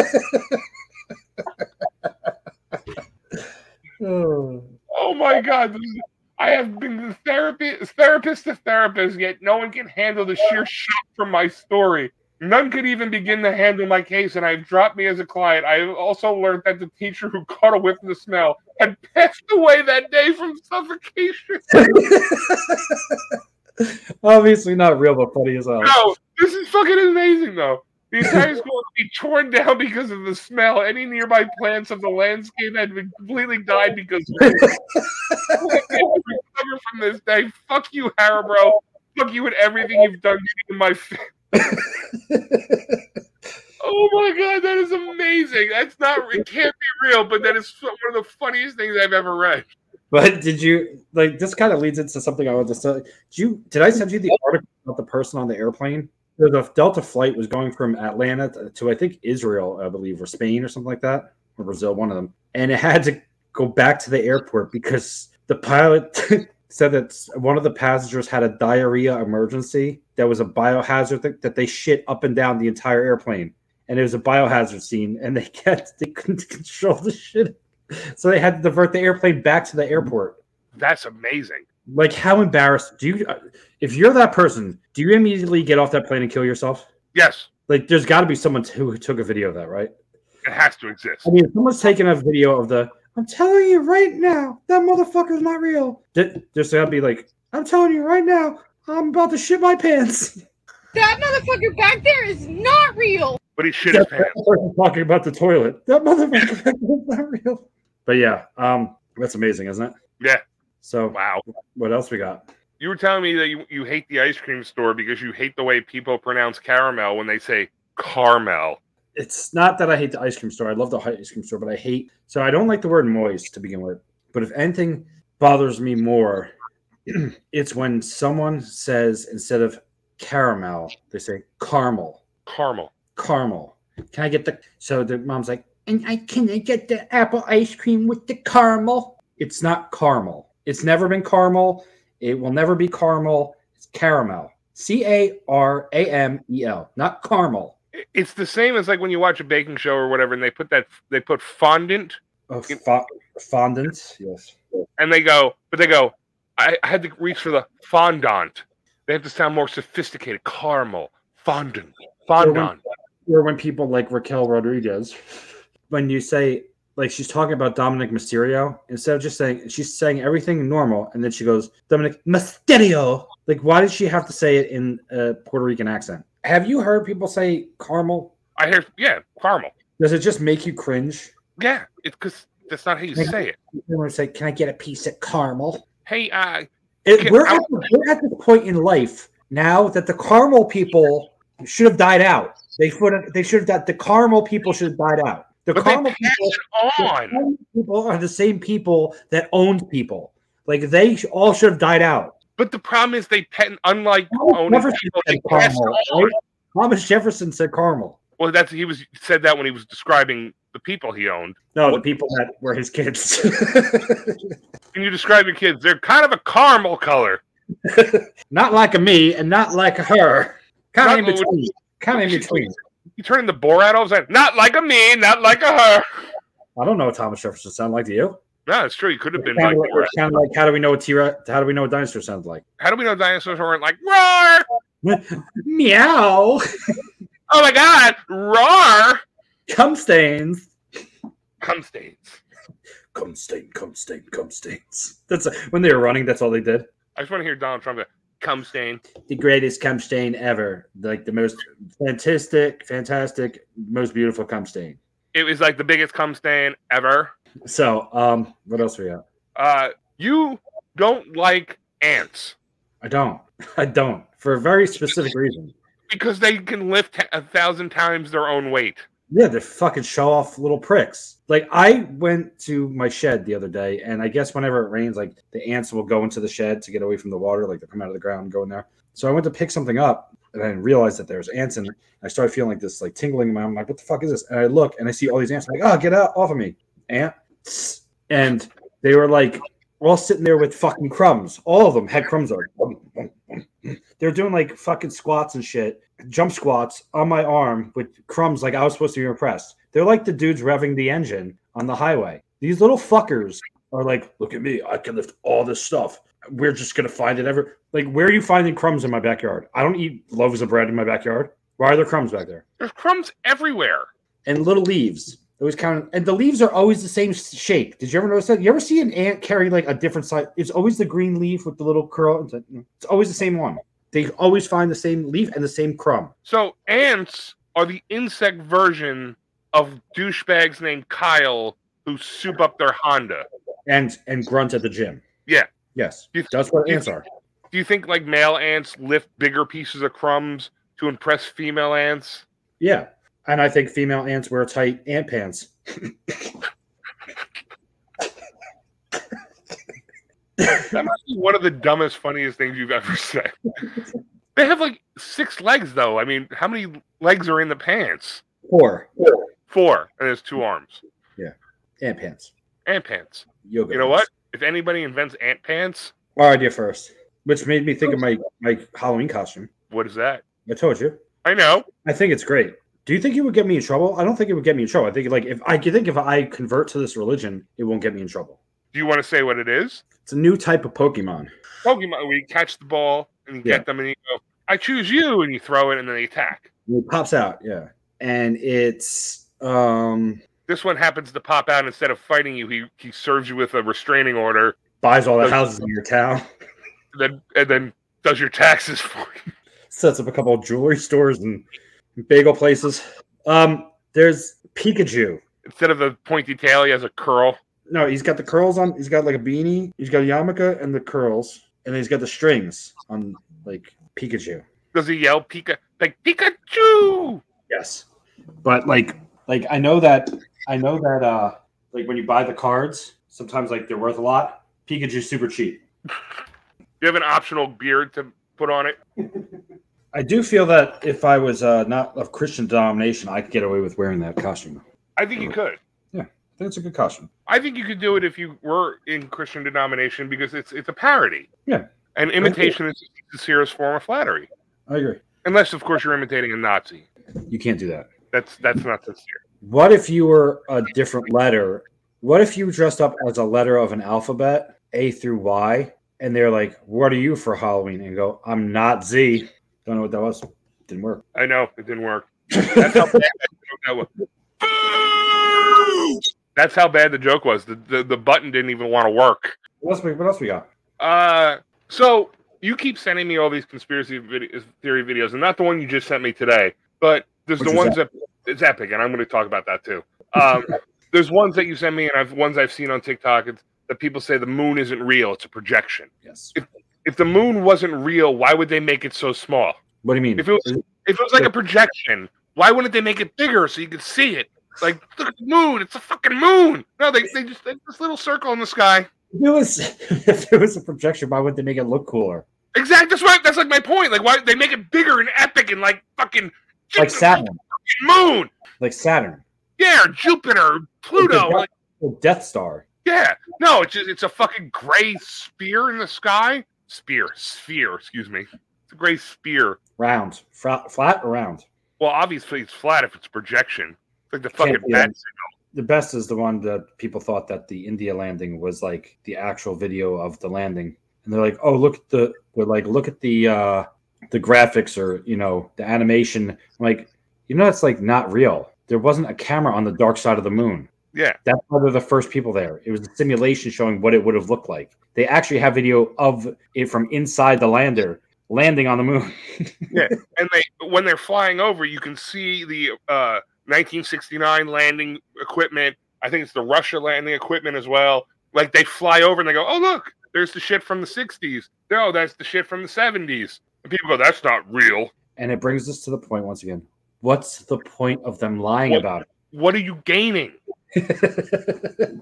[SPEAKER 3] Oh.
[SPEAKER 7] Oh my god, this is- I have been the therapy therapist to therapist, yet no one can handle the sheer shock from my story. None could even begin to handle my case, and I've dropped me as a client. I have also learned that the teacher who caught a whiff of the smell had passed away that day from suffocation.
[SPEAKER 3] Obviously not real, but funny as hell.
[SPEAKER 7] No, this is fucking amazing though. The entire school would be torn down because of the smell. Any nearby plants of the landscape had been completely died because of it. recover from this day. Fuck you, Haribro. Fuck you and everything you've done to my family. oh my god, that is amazing. That's not it can't be real, but that is one of the funniest things I've ever read.
[SPEAKER 3] But did you like this kind of leads into something I wanted to say? Did you did I send you the article about the person on the airplane? There's a Delta flight was going from Atlanta to, to I think Israel, I believe, or Spain or something like that, or Brazil, one of them. And it had to go back to the airport because the pilot said that s- one of the passengers had a diarrhea emergency that was a biohazard that, that they shit up and down the entire airplane. And it was a biohazard scene, and they kept they couldn't control the shit so they had to divert the airplane back to the airport.
[SPEAKER 7] That's amazing.
[SPEAKER 3] Like, how embarrassed do you? If you're that person, do you immediately get off that plane and kill yourself?
[SPEAKER 7] Yes,
[SPEAKER 3] Like, there's got to be someone who took a video of that, right?
[SPEAKER 7] it has to exist.
[SPEAKER 3] I mean, if someone's taking a video of the, I'm telling you right now, that motherfucker's not real. Th- There's got to be like, I'm telling you right now, I'm about to shit my pants.
[SPEAKER 10] That motherfucker back there is not real.
[SPEAKER 7] But he shit his pants.
[SPEAKER 3] That person talking about the toilet. That motherfucker's not real. But yeah, um, that's amazing, isn't it?
[SPEAKER 7] Yeah.
[SPEAKER 3] So
[SPEAKER 7] Wow.
[SPEAKER 3] what else we got?
[SPEAKER 7] You were telling me that you, you hate the ice cream store because you hate the way people pronounce caramel when they say caramel.
[SPEAKER 3] it's not that I hate the ice cream store. I love the ice cream store, but I hate so I don't like the word moist to begin with. But if anything bothers me more, it's when someone says instead of caramel, they say caramel,
[SPEAKER 7] Caramel.
[SPEAKER 3] caramel. Can I get the so the mom's like, and I can I get the apple ice cream with the caramel? It's not caramel. It's never been caramel. It will never be caramel. It's caramel. C A R A M E L, not caramel.
[SPEAKER 7] I- It's the same as like when you watch a baking show or whatever, and they put that they put fondant
[SPEAKER 3] Oh, fo- fondant, yes.
[SPEAKER 7] and they go, but they go, I, I had to reach for the fondant. They have to sound more sophisticated. Caramel, fondant, fondant.
[SPEAKER 3] Or when people like Raquel Rodriguez, when you say like she's talking about Dominic Mysterio, instead of just saying she's saying everything normal, and then she goes Dominic Mysterio. Like, why did she have to say it in a Puerto Rican accent? Have you heard people say caramel?
[SPEAKER 7] I hear, yeah, caramel.
[SPEAKER 3] Does it just make you cringe?
[SPEAKER 7] Yeah, it's because that's not how you say it.
[SPEAKER 3] You want to say, "Can I get a piece of caramel?"
[SPEAKER 7] Hey, uh,
[SPEAKER 3] It,
[SPEAKER 7] Can-
[SPEAKER 3] we're, at, the- we're at the point in life now that the caramel people should have died out. They should have, they should have that the caramel people should have died out. The
[SPEAKER 7] But they
[SPEAKER 3] karma people,
[SPEAKER 7] pass it
[SPEAKER 3] the
[SPEAKER 7] on.
[SPEAKER 3] karma people are the same people that owned people. Like they sh- all should have died out.
[SPEAKER 7] But the problem is they pen unlike
[SPEAKER 3] Thomas
[SPEAKER 7] owning
[SPEAKER 3] Jefferson
[SPEAKER 7] people, they
[SPEAKER 3] said
[SPEAKER 7] pass
[SPEAKER 3] Carmel,
[SPEAKER 7] it on.
[SPEAKER 3] right? Thomas Jefferson said Carmel.
[SPEAKER 7] Well, that's he was said that when he was describing the people he owned.
[SPEAKER 3] No, the people that were his kids.
[SPEAKER 7] When you describe your kids, they're kind of a caramel color.
[SPEAKER 3] not like me and not like her. Kind
[SPEAKER 7] Not
[SPEAKER 3] of in
[SPEAKER 7] what would-
[SPEAKER 3] between. Kind of in between.
[SPEAKER 7] You turn into Borat all of a sudden. Not like a me, not like a her.
[SPEAKER 3] I don't know what Thomas Jefferson sounded like to you.
[SPEAKER 7] No, it's true. You could have been like
[SPEAKER 3] Sounded like,
[SPEAKER 7] Borat.
[SPEAKER 3] sounded like how do we know what T Rex how do we know what dinosaur sounds like?
[SPEAKER 7] How do we know dinosaurs weren't like roar?
[SPEAKER 3] Meow.
[SPEAKER 7] Oh my god, roar!
[SPEAKER 3] Cum stains.
[SPEAKER 7] Come stains.
[SPEAKER 3] Cum stain, cum stain, cum stains. That's when they were running, that's all they did.
[SPEAKER 7] I just want to hear Donald Trump. go, Come stain.
[SPEAKER 3] The greatest cum stain ever. Like the most fantastic, fantastic, most beautiful cum stain.
[SPEAKER 7] It was like the biggest come stain ever.
[SPEAKER 3] So, um, what else we got?
[SPEAKER 7] Uh, you don't like ants
[SPEAKER 3] I don't. I don't. For a very specific reason.
[SPEAKER 7] because they can lift a thousand times their own weight.
[SPEAKER 3] Yeah, they're fucking show off little pricks. Like I went to my shed the other day, and I guess whenever it rains, like the ants will go into the shed to get away from the water, like they come out of the ground and go in there. So I went to pick something up and I didn't realize that there was ants in it. I started feeling like this like tingling in my arm. I'm like, what the fuck is this? And I look and I see all these ants. I'm like, oh get out off of me. Ant. And they were like all sitting there with fucking crumbs. All of them had crumbs on. They're doing like fucking squats and shit jump squats on my arm with crumbs like I was supposed to be impressed. They're like the dudes revving the engine on the highway. These little fuckers are like, look at me, I can lift all this stuff. We're just gonna find it ever. Like, where are you finding crumbs in my backyard? I don't eat loaves of bread in my backyard. Why are there crumbs back there?
[SPEAKER 7] There's crumbs everywhere.
[SPEAKER 3] And little leaves. Always count, and the leaves are always the same s- shape. Did you ever notice that? You ever see an ant carry like a different size? It's always the green leaf with the little curl. It's like, mm, it's always the same one. They always find the same leaf and the same crumb.
[SPEAKER 7] So ants are the insect version of douchebags named Kyle who soup up their Honda.
[SPEAKER 3] and and grunt at the gym.
[SPEAKER 7] Yeah.
[SPEAKER 3] Yes.
[SPEAKER 7] You-
[SPEAKER 3] That's what
[SPEAKER 7] you-
[SPEAKER 3] ants are.
[SPEAKER 7] Do you think like male ants lift bigger pieces of crumbs to impress female ants?
[SPEAKER 3] Yeah. And I think female ants wear tight ant pants.
[SPEAKER 7] That must be one of the dumbest, funniest things you've ever said. they have like six legs though. I mean, how many legs are in the pants?
[SPEAKER 3] Or
[SPEAKER 7] Four, and there's two arms.
[SPEAKER 3] ant pants.
[SPEAKER 7] Ant pants.
[SPEAKER 3] Yoga.
[SPEAKER 7] You know what?
[SPEAKER 3] pants.
[SPEAKER 7] If anybody invents ant pants,
[SPEAKER 3] Our idea first, which made me think of my my Halloween costume.
[SPEAKER 7] what is that?
[SPEAKER 3] I told you.
[SPEAKER 7] I know.
[SPEAKER 3] I think it's great. Do you think it would get me in trouble? I don't think it would get me in trouble. I think like if I could think if I convert to this religion, it won't get me in trouble.
[SPEAKER 7] Do you want to say what it is?
[SPEAKER 3] It's a new type of Pokemon.
[SPEAKER 7] Pokemon, where you catch the ball and you
[SPEAKER 3] Yeah.
[SPEAKER 7] get them and you go, I choose you, and you throw it and then they attack.
[SPEAKER 3] It pops out, yeah. And it's um
[SPEAKER 7] This one happens to pop out instead of fighting you, he, he serves you with a restraining order
[SPEAKER 3] buys all the
[SPEAKER 7] Okay.
[SPEAKER 3] houses in your town.
[SPEAKER 7] and then, and then does your taxes for you.
[SPEAKER 3] sets up a couple of jewelry stores and bagel places. Um, there's Pikachu.
[SPEAKER 7] Instead of the pointy tail, he has a curl.
[SPEAKER 3] No, he's got the curls on. He's got like a beanie. He's got a yarmulke and the curls, and he's got the strings on like Pikachu.
[SPEAKER 7] Does he yell Pika like Pikachu?
[SPEAKER 3] Yes, but like, like I know that I know that uh, like when you buy the cards, sometimes like they're worth a lot. Pikachu's super cheap.
[SPEAKER 7] You have an optional beard to put on it.
[SPEAKER 3] I do feel that if I was uh, not of Christian denomination, I could get away with wearing that costume.
[SPEAKER 7] I think you could.
[SPEAKER 3] I think it's a good costume.
[SPEAKER 7] I think you could do it if you were in Christian denomination because it's it's a parody.
[SPEAKER 3] Yeah.
[SPEAKER 7] And imitation is the sincerest form of flattery.
[SPEAKER 3] I agree.
[SPEAKER 7] Unless, of course, you're imitating a Nazi.
[SPEAKER 3] You can't do that.
[SPEAKER 7] That's that's not sincere.
[SPEAKER 3] What if you were a different letter? What if you dressed up as a letter of an alphabet, A through Y, and they're like, "What are you for Halloween?" And go, "I'm not Z." Don't know what that was. Didn't work.
[SPEAKER 7] I know it didn't work. That's how bad that joke was. Boo! That's how bad the joke was. The the, the button didn't even want to work.
[SPEAKER 3] what else? We, what else we got?
[SPEAKER 7] Uh, so you keep sending me all these conspiracy vid- theory videos, and not the one you just sent me today, but there's
[SPEAKER 3] Which
[SPEAKER 7] the
[SPEAKER 3] is
[SPEAKER 7] ones that it's epic, and I'm going to talk about that too. Um, there's ones that you send me, and I've ones I've seen on TikTok it's, that people say the moon isn't real; it's a projection.
[SPEAKER 3] Yes.
[SPEAKER 7] If the moon wasn't real, why would they make it so small?
[SPEAKER 3] What do you mean?
[SPEAKER 7] If it was, if it was like a projection, why wouldn't they make it bigger so you could see it? Like look at the moon, it's a fucking moon. No, they, they just they, this little circle in the sky.
[SPEAKER 3] If it was if it was a projection, why would they make it look cooler?
[SPEAKER 7] Exactly. That's right. That's like my point. Like why they make it bigger and epic and like fucking
[SPEAKER 3] Like Saturn,
[SPEAKER 7] fucking moon.
[SPEAKER 3] like Saturn,
[SPEAKER 7] Yeah, or Jupiter, or Pluto.
[SPEAKER 3] Like the Death-
[SPEAKER 7] Like,
[SPEAKER 3] Death Star.
[SPEAKER 7] yeah. No, it's just it's a fucking gray spear in the sky. Spear, sphere. Excuse me. It's a gray spear.
[SPEAKER 3] Round, Fra- flat, or round.
[SPEAKER 7] Well, obviously it's flat if it's projection. It's like the
[SPEAKER 3] Can't
[SPEAKER 7] fucking
[SPEAKER 3] be
[SPEAKER 7] bat
[SPEAKER 3] on- The best is the one that people thought that the India landing was like the actual video of the landing, and they're like, "Oh, look at the, they're like, look at the, uh the graphics or you know the animation." I'm like, you know, that's like not real. There wasn't a camera on the dark side of the moon.
[SPEAKER 7] Yeah.
[SPEAKER 3] That's why they're the first people there. It was a simulation showing what it would have looked like. They actually have video of it from inside the lander landing on the moon.
[SPEAKER 7] and they when they're flying over, you can see the uh, 1969 landing equipment. I think it's the Russia landing equipment as well. Like they fly over and they go, "Oh look, there's the shit from the 60s. No, that's the shit from the 70s." And people go, "That's not real.
[SPEAKER 3] and it brings us to the point once again. What's the point of them lying
[SPEAKER 7] What-
[SPEAKER 3] about
[SPEAKER 7] What are you gaining?"
[SPEAKER 3] it?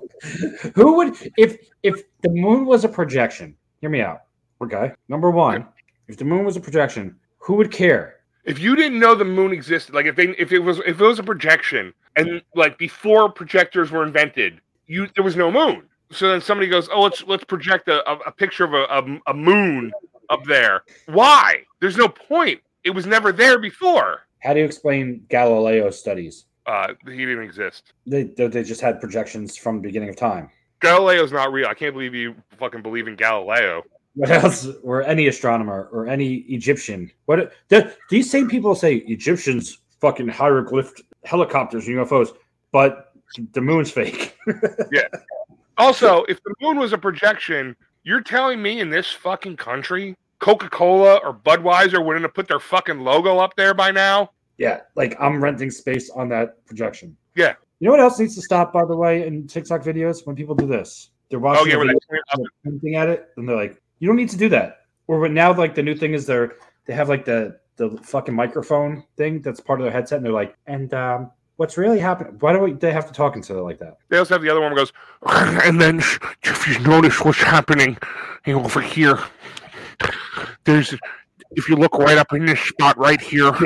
[SPEAKER 3] Who would if if the moon was a projection? Hear me out. Okay. Number one, if the moon was a projection, who would care?
[SPEAKER 7] If you didn't know the moon existed, like if they if it was if it was a projection and like before projectors were invented, you there was no moon. So then somebody goes, "Oh, let's let's project a, a, a picture of a, a, a moon up there." Why? There's no point. It was never there before.
[SPEAKER 3] How do you explain Galileo's studies?
[SPEAKER 7] Uh, he didn't exist.
[SPEAKER 3] They they they just had projections from the beginning of time.
[SPEAKER 7] Galileo's not real. I can't believe you fucking believe in Galileo.
[SPEAKER 3] What else? Or any astronomer or any Egyptian? What the, these same people say Egyptians fucking hieroglyphed helicopters and UFOs, but the moon's fake.
[SPEAKER 7] Also, if the moon was a projection, you're telling me in this fucking country, Coca-Cola or Budweiser wouldn't have put their fucking logo up there by now?
[SPEAKER 3] Yeah, like I'm renting space on that projection.
[SPEAKER 7] Yeah.
[SPEAKER 3] You know what else needs to stop, by the way, in TikTok videos? When people do this, they're watching
[SPEAKER 7] Oh yeah,
[SPEAKER 3] a
[SPEAKER 7] where they
[SPEAKER 3] video,
[SPEAKER 7] clean up
[SPEAKER 3] they're pointing at it, and they're like, "You don't need to do that." Or when now, like the new thing is they're they have like the the fucking microphone thing that's part of their headset, and they're like, "And um, what's really happening? Why do we, they have to talk into it like that?"
[SPEAKER 7] They also have the other one where it goes, and then sh- if you notice what's happening you know, over here, there's if you look right up in this spot right here,
[SPEAKER 3] or,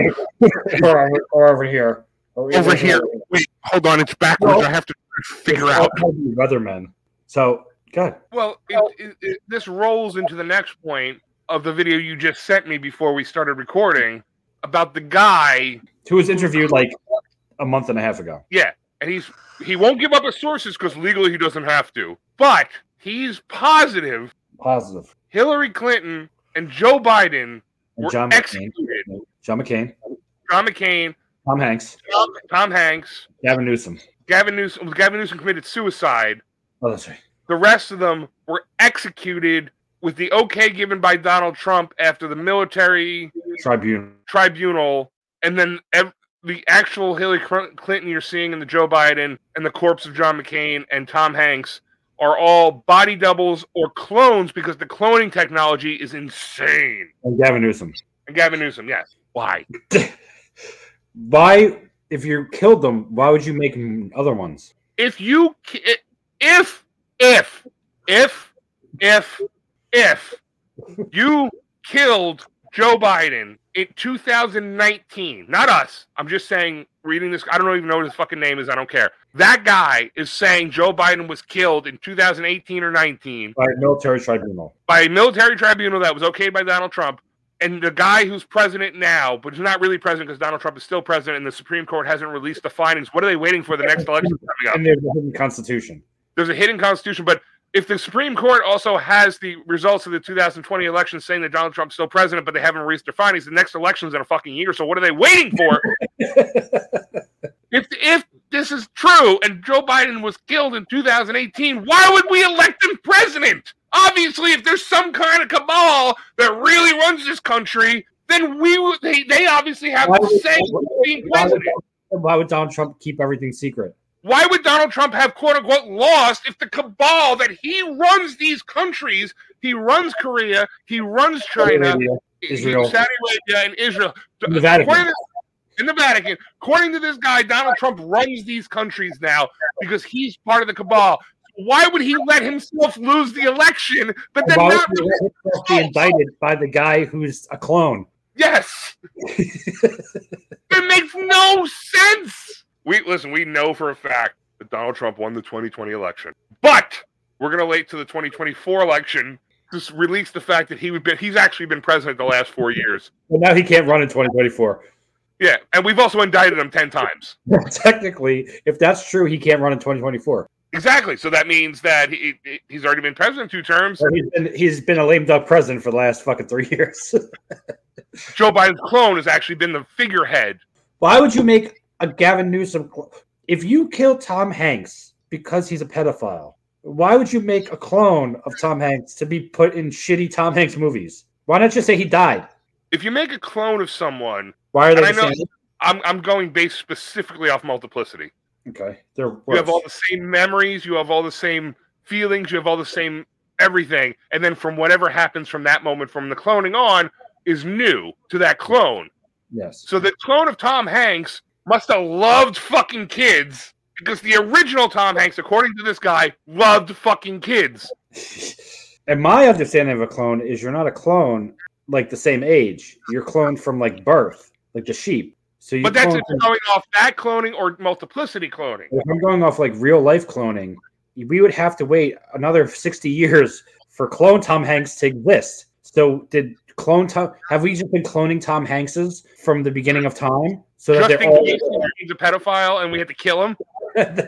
[SPEAKER 3] over, or over here, or
[SPEAKER 7] Over here. wait, hold on, it's backwards. I have to figure out.
[SPEAKER 3] Weathermen. So good.
[SPEAKER 7] Well, it, it, it, this rolls into the next point of the video you just sent me before we started recording about the guy,
[SPEAKER 3] Who was interviewed like a month and a half ago?
[SPEAKER 7] and he's he won't give up his sources because legally he doesn't have to, but he's positive
[SPEAKER 3] Positive.
[SPEAKER 7] Hillary Clinton and Joe Biden
[SPEAKER 3] And
[SPEAKER 7] were
[SPEAKER 3] John McCain.
[SPEAKER 7] executed.
[SPEAKER 3] John McCain,
[SPEAKER 7] John McCain,
[SPEAKER 3] Tom Hanks,
[SPEAKER 7] Tom Hanks,
[SPEAKER 3] Gavin Newsom.
[SPEAKER 7] Gavin Newsom. Gavin Newsom committed suicide.
[SPEAKER 3] Oh, that's right.
[SPEAKER 7] The rest of them were executed with the okay given by Donald Trump after the military
[SPEAKER 3] Tribunal.
[SPEAKER 7] tribunal, and then ev- the actual Hillary Cr- Clinton you're seeing in the Joe Biden and the corpse of John McCain and Tom Hanks are all body doubles or clones because the cloning technology is insane.
[SPEAKER 3] And Gavin Newsom.
[SPEAKER 7] And Gavin Newsom, yes. Why?
[SPEAKER 3] Why, if you killed them, why would you make m- other ones?
[SPEAKER 7] if you ki- if if if if if you killed Joe Biden in 2019, not us. I'm just saying, reading this, I don't even know what his fucking name is. I don't care. That guy is saying Joe Biden was killed in 2018 or 19
[SPEAKER 3] By a military tribunal.
[SPEAKER 7] by a military tribunal that was okayed by Donald Trump. And the guy who's president now, but who's not really president because Donald Trump is still president and the Supreme Court hasn't released the findings. What are they waiting for the next election coming up?
[SPEAKER 3] And there's a hidden constitution.
[SPEAKER 7] there's a hidden constitution. But if the Supreme Court also has the results of the 2020 election saying that Donald Trump's still president, but they haven't released their findings, the next election's in a fucking year. So what are they waiting for? if if this is true and Joe Biden was killed in 2018, why would we elect him president? Obviously, if there's some kind of cabal that really runs this country, then we would- they, they obviously have
[SPEAKER 3] Why
[SPEAKER 7] the
[SPEAKER 3] would-
[SPEAKER 7] say in being
[SPEAKER 3] why would-
[SPEAKER 7] president.
[SPEAKER 3] Why would Donald Trump keep everything secret?
[SPEAKER 7] Why would Donald Trump have quote unquote lost if the cabal that he runs these countries, he runs Korea, he runs China,
[SPEAKER 3] Israel.
[SPEAKER 7] Saudi Arabia, and Israel?
[SPEAKER 3] And the Vatican.
[SPEAKER 7] According to, in the Vatican. According to this guy, Donald Trump runs these countries now because he's part of the cabal. Why would he let himself lose the election? But then
[SPEAKER 3] Why
[SPEAKER 7] not
[SPEAKER 3] would you let yourself be indicted by the guy who's a clone?
[SPEAKER 7] Yes. it makes no sense. We listen, we know for a fact that Donald Trump won the 2020 election. But we're gonna wait to the 2024 election to s- release the fact that he would be he's actually been president the last four years.
[SPEAKER 3] Well, now he can't run in 2024.
[SPEAKER 7] Yeah, and we've also indicted him ten times.
[SPEAKER 3] Technically, if that's true, he can't run in 2024.
[SPEAKER 7] Exactly. So that means that he, he- he's already been president two terms.
[SPEAKER 3] So he's been he's been a lame duck president for the last fucking three years.
[SPEAKER 7] Joe Biden's clone has actually been the figurehead.
[SPEAKER 3] Why would you make a Gavin Newsom? cl- If you kill Tom Hanks because he's a pedophile, why would you make a clone of Tom Hanks to be put in shitty Tom Hanks movies? Why not just say he died?
[SPEAKER 7] If you make a clone of someone,
[SPEAKER 3] Why are they?
[SPEAKER 7] And I
[SPEAKER 3] the
[SPEAKER 7] know-
[SPEAKER 3] same?
[SPEAKER 7] I'm I'm going based specifically off multiplicity.
[SPEAKER 3] Okay, they're worse.
[SPEAKER 7] You have all the same memories. You have all the same feelings. You have all the same everything. And then from whatever happens from that moment, from the cloning on, is new to that clone.
[SPEAKER 3] yes.
[SPEAKER 7] So the clone of Tom Hanks must have loved fucking kids because the original Tom Hanks, according to this guy, loved fucking kids.
[SPEAKER 3] And my understanding of a clone is you're not a clone like the same age. You're cloned from like birth, like the sheep. So you.
[SPEAKER 7] But that's
[SPEAKER 3] clone
[SPEAKER 7] if
[SPEAKER 3] from-
[SPEAKER 7] you're going off that cloning or multiplicity cloning.
[SPEAKER 3] if I'm going off like real life cloning, we would have to wait another 60 years for clone Tom Hanks to exist. So did clone Tom have we just been cloning Tom Hankses from the beginning of time? So that
[SPEAKER 7] Just
[SPEAKER 3] they're
[SPEAKER 7] in
[SPEAKER 3] all
[SPEAKER 7] case he's a pedophile and we had to kill him.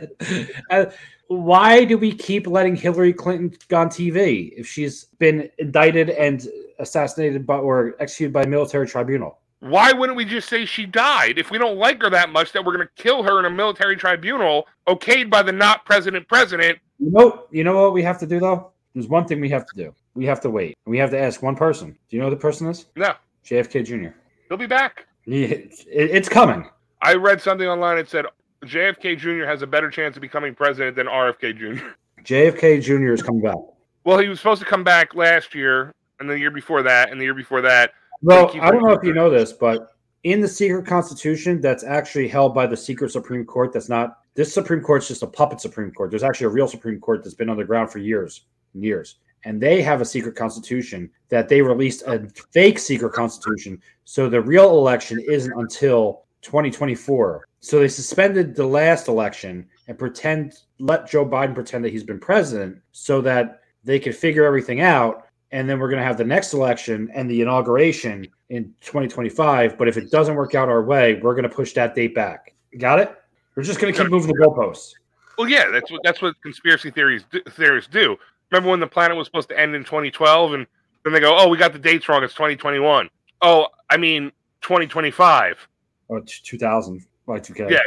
[SPEAKER 3] Uh, why do we keep letting Hillary Clinton go on TV if she's been indicted and assassinated by or executed by a military tribunal?
[SPEAKER 7] why wouldn't we just say she died if we don't like her that much that we're going to kill her in a military tribunal okayed by the not president president
[SPEAKER 3] You know, you know what we have to do though? There's one thing we have to do. We have to wait. We have to ask one person. Do you know who the person is?
[SPEAKER 7] no
[SPEAKER 3] JFK Jr.
[SPEAKER 7] he'll be back
[SPEAKER 3] Yeah, it- it's coming.
[SPEAKER 7] i read something online that said jfk jr has a better chance of becoming president than rfk jr
[SPEAKER 3] JFK Jr. is coming back.
[SPEAKER 7] well he was supposed to come back last year and the year before that and the year before that
[SPEAKER 3] Well,
[SPEAKER 7] Thank you
[SPEAKER 3] I don't
[SPEAKER 7] very
[SPEAKER 3] know if you know this, but in the secret constitution that's actually held by the secret Supreme Court, that's not this Supreme Court's just a puppet Supreme Court. There's actually a real Supreme Court that's been underground for years and years. And they have a secret constitution that they released a fake secret constitution. So the real election isn't until 2024. So they suspended the last election and pretend let Joe Biden pretend that he's been president so that they could figure everything out and then we're going to have the next election and the inauguration in 2025. But if it doesn't work out our way, we're going to push that date back. Got it? We're just going to keep moving the goalposts.
[SPEAKER 7] well yeah that's what that's what conspiracy theories do, theorists do remember when the planet was supposed to end in 2012 and then they go oh we got the dates wrong it's 2021 oh i mean 2025
[SPEAKER 3] Oh, it's 2000, Y2K.
[SPEAKER 7] Yeah.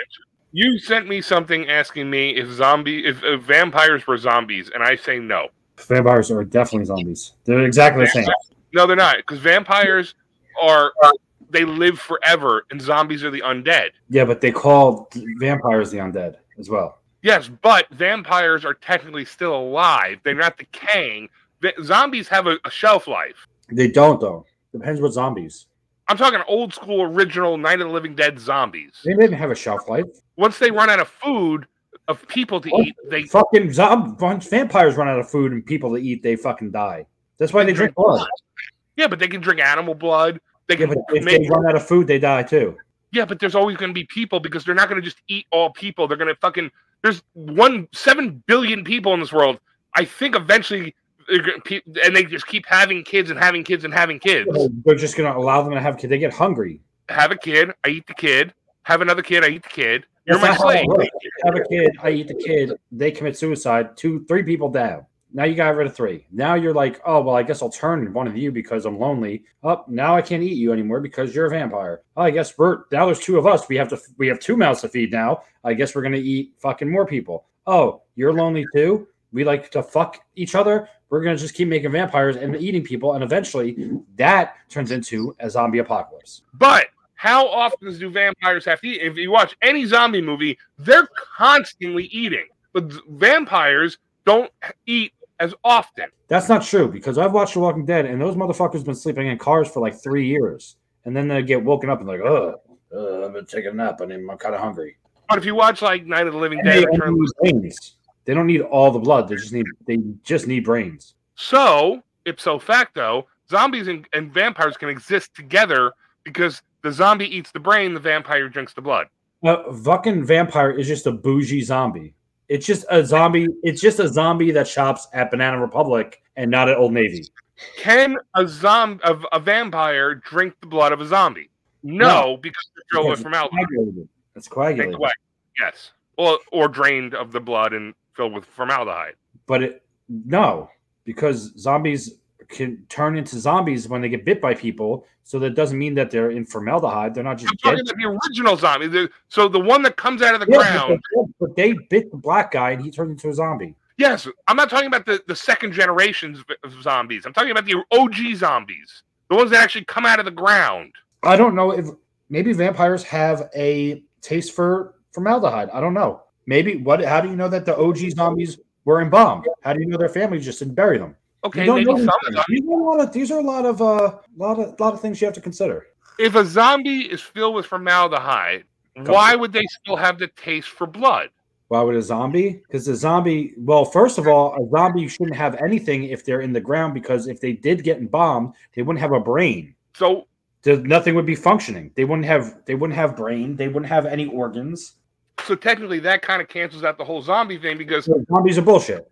[SPEAKER 7] You sent me something asking me if zombie if, if vampires were zombies, and I say no.
[SPEAKER 3] Vampires are definitely zombies. They're exactly the same.
[SPEAKER 7] No, they're not, because vampires are they live forever, and zombies are the undead.
[SPEAKER 3] Yeah, but they call vampires the undead as well.
[SPEAKER 7] Yes, but vampires are technically still alive. They're not decaying. Va- zombies have a, a shelf life.
[SPEAKER 3] They don't, though. Depends what zombies.
[SPEAKER 7] I'm talking old school, original Night of the Living Dead zombies.
[SPEAKER 3] They didn't have a shelf life.
[SPEAKER 7] Once they run out of food of people to eat, they
[SPEAKER 3] Fucking zombie, vampires run out of food and people to eat, they fucking die. That's why they drink blood.
[SPEAKER 7] yeah, but they can drink animal blood. They
[SPEAKER 3] Yeah,
[SPEAKER 7] can
[SPEAKER 3] but if
[SPEAKER 7] make
[SPEAKER 3] they run out of food, they die too.
[SPEAKER 7] Yeah, but there's always going to be people because they're not going to just eat all people. They're going to fucking there's one seven billion people in this world. I think eventually, they're gonna, pe- and they just keep having kids and having kids and having kids.
[SPEAKER 3] They're just going to allow them to have kids. They get hungry.
[SPEAKER 7] Have a kid, I eat the kid. Have another kid, I eat the kid. You're
[SPEAKER 3] That's
[SPEAKER 7] my
[SPEAKER 3] not how it
[SPEAKER 7] slave.
[SPEAKER 3] works. You Have a kid. I eat the kid. They commit suicide. Two, three people down. Now you got rid of three. Now you're like, oh well, I guess I'll turn one of you because I'm lonely. Up oh, now I can't eat you anymore because you're a vampire. Oh, I guess we're now there's two of us. We have to we have two mouths to feed now. I guess we're gonna eat fucking more people. Oh, you're lonely too. We like to fuck each other. We're gonna just keep making vampires and eating people, and eventually that turns into a zombie apocalypse.
[SPEAKER 7] But how often do vampires have to eat? If you watch any zombie movie, they're constantly eating. But z- vampires don't eat as often.
[SPEAKER 3] That's not true because I've watched The Walking Dead and those motherfuckers been sleeping in cars for like three years, and then they get woken up and like, oh, uh, I'm gonna take a nap and I'm kind of hungry.
[SPEAKER 7] But if you watch like Night of the Living
[SPEAKER 3] And they
[SPEAKER 7] Dead,
[SPEAKER 3] don't
[SPEAKER 7] Return-
[SPEAKER 3] need brains. They don't need all the blood. They just need they just need brains.
[SPEAKER 7] so ipso facto, zombies and, and vampires can exist together because the zombie eats the brain, the vampire drinks the blood.
[SPEAKER 3] A fucking vampire is just a bougie zombie. It's just a zombie. It's just a zombie that shops at Banana Republic and not at Old Navy.
[SPEAKER 7] Can a zombie of a vampire drink the blood of a zombie? No,
[SPEAKER 3] No.
[SPEAKER 7] because they're filled
[SPEAKER 3] Because
[SPEAKER 7] with formaldehyde.
[SPEAKER 3] it's coagulated. It's coagulated.
[SPEAKER 7] Take away. Yes. Or or drained of the blood and filled with formaldehyde.
[SPEAKER 3] But it, no, because zombies can turn into zombies when they get bit by people. So that doesn't mean that they're in formaldehyde. They're not just
[SPEAKER 7] I'm
[SPEAKER 3] dead.
[SPEAKER 7] talking about the original zombie. The- so the one that comes out of the
[SPEAKER 3] Yeah, but
[SPEAKER 7] ground.
[SPEAKER 3] they- but they bit the black guy and he turned into a zombie.
[SPEAKER 7] Yes, I'm not talking about the, the second generations of zombies. I'm talking about the OG zombies, the ones that actually come out of the ground.
[SPEAKER 3] I don't know if maybe vampires have a taste for formaldehyde. I don't know. Maybe what? How do you know that the OG zombies were embalmed? How do you know their families just didn't bury them? You
[SPEAKER 7] Okay,
[SPEAKER 3] don't
[SPEAKER 7] maybe
[SPEAKER 3] know
[SPEAKER 7] some
[SPEAKER 3] these
[SPEAKER 7] of
[SPEAKER 3] things.
[SPEAKER 7] them.
[SPEAKER 3] These are a lot of these are a lot of uh, lot of lot of things you have to consider.
[SPEAKER 7] If a zombie is filled with formaldehyde, why would they still have the taste for blood?
[SPEAKER 3] Why would a zombie? Because a zombie, well, first of all, a zombie shouldn't have anything if they're in the ground because if they did get embalmed, they wouldn't have a brain.
[SPEAKER 7] So
[SPEAKER 3] There- nothing would be functioning. They wouldn't have they wouldn't have brain. They wouldn't have any organs.
[SPEAKER 7] so technically that kind of cancels out the whole zombie thing because
[SPEAKER 3] So zombies are bullshit.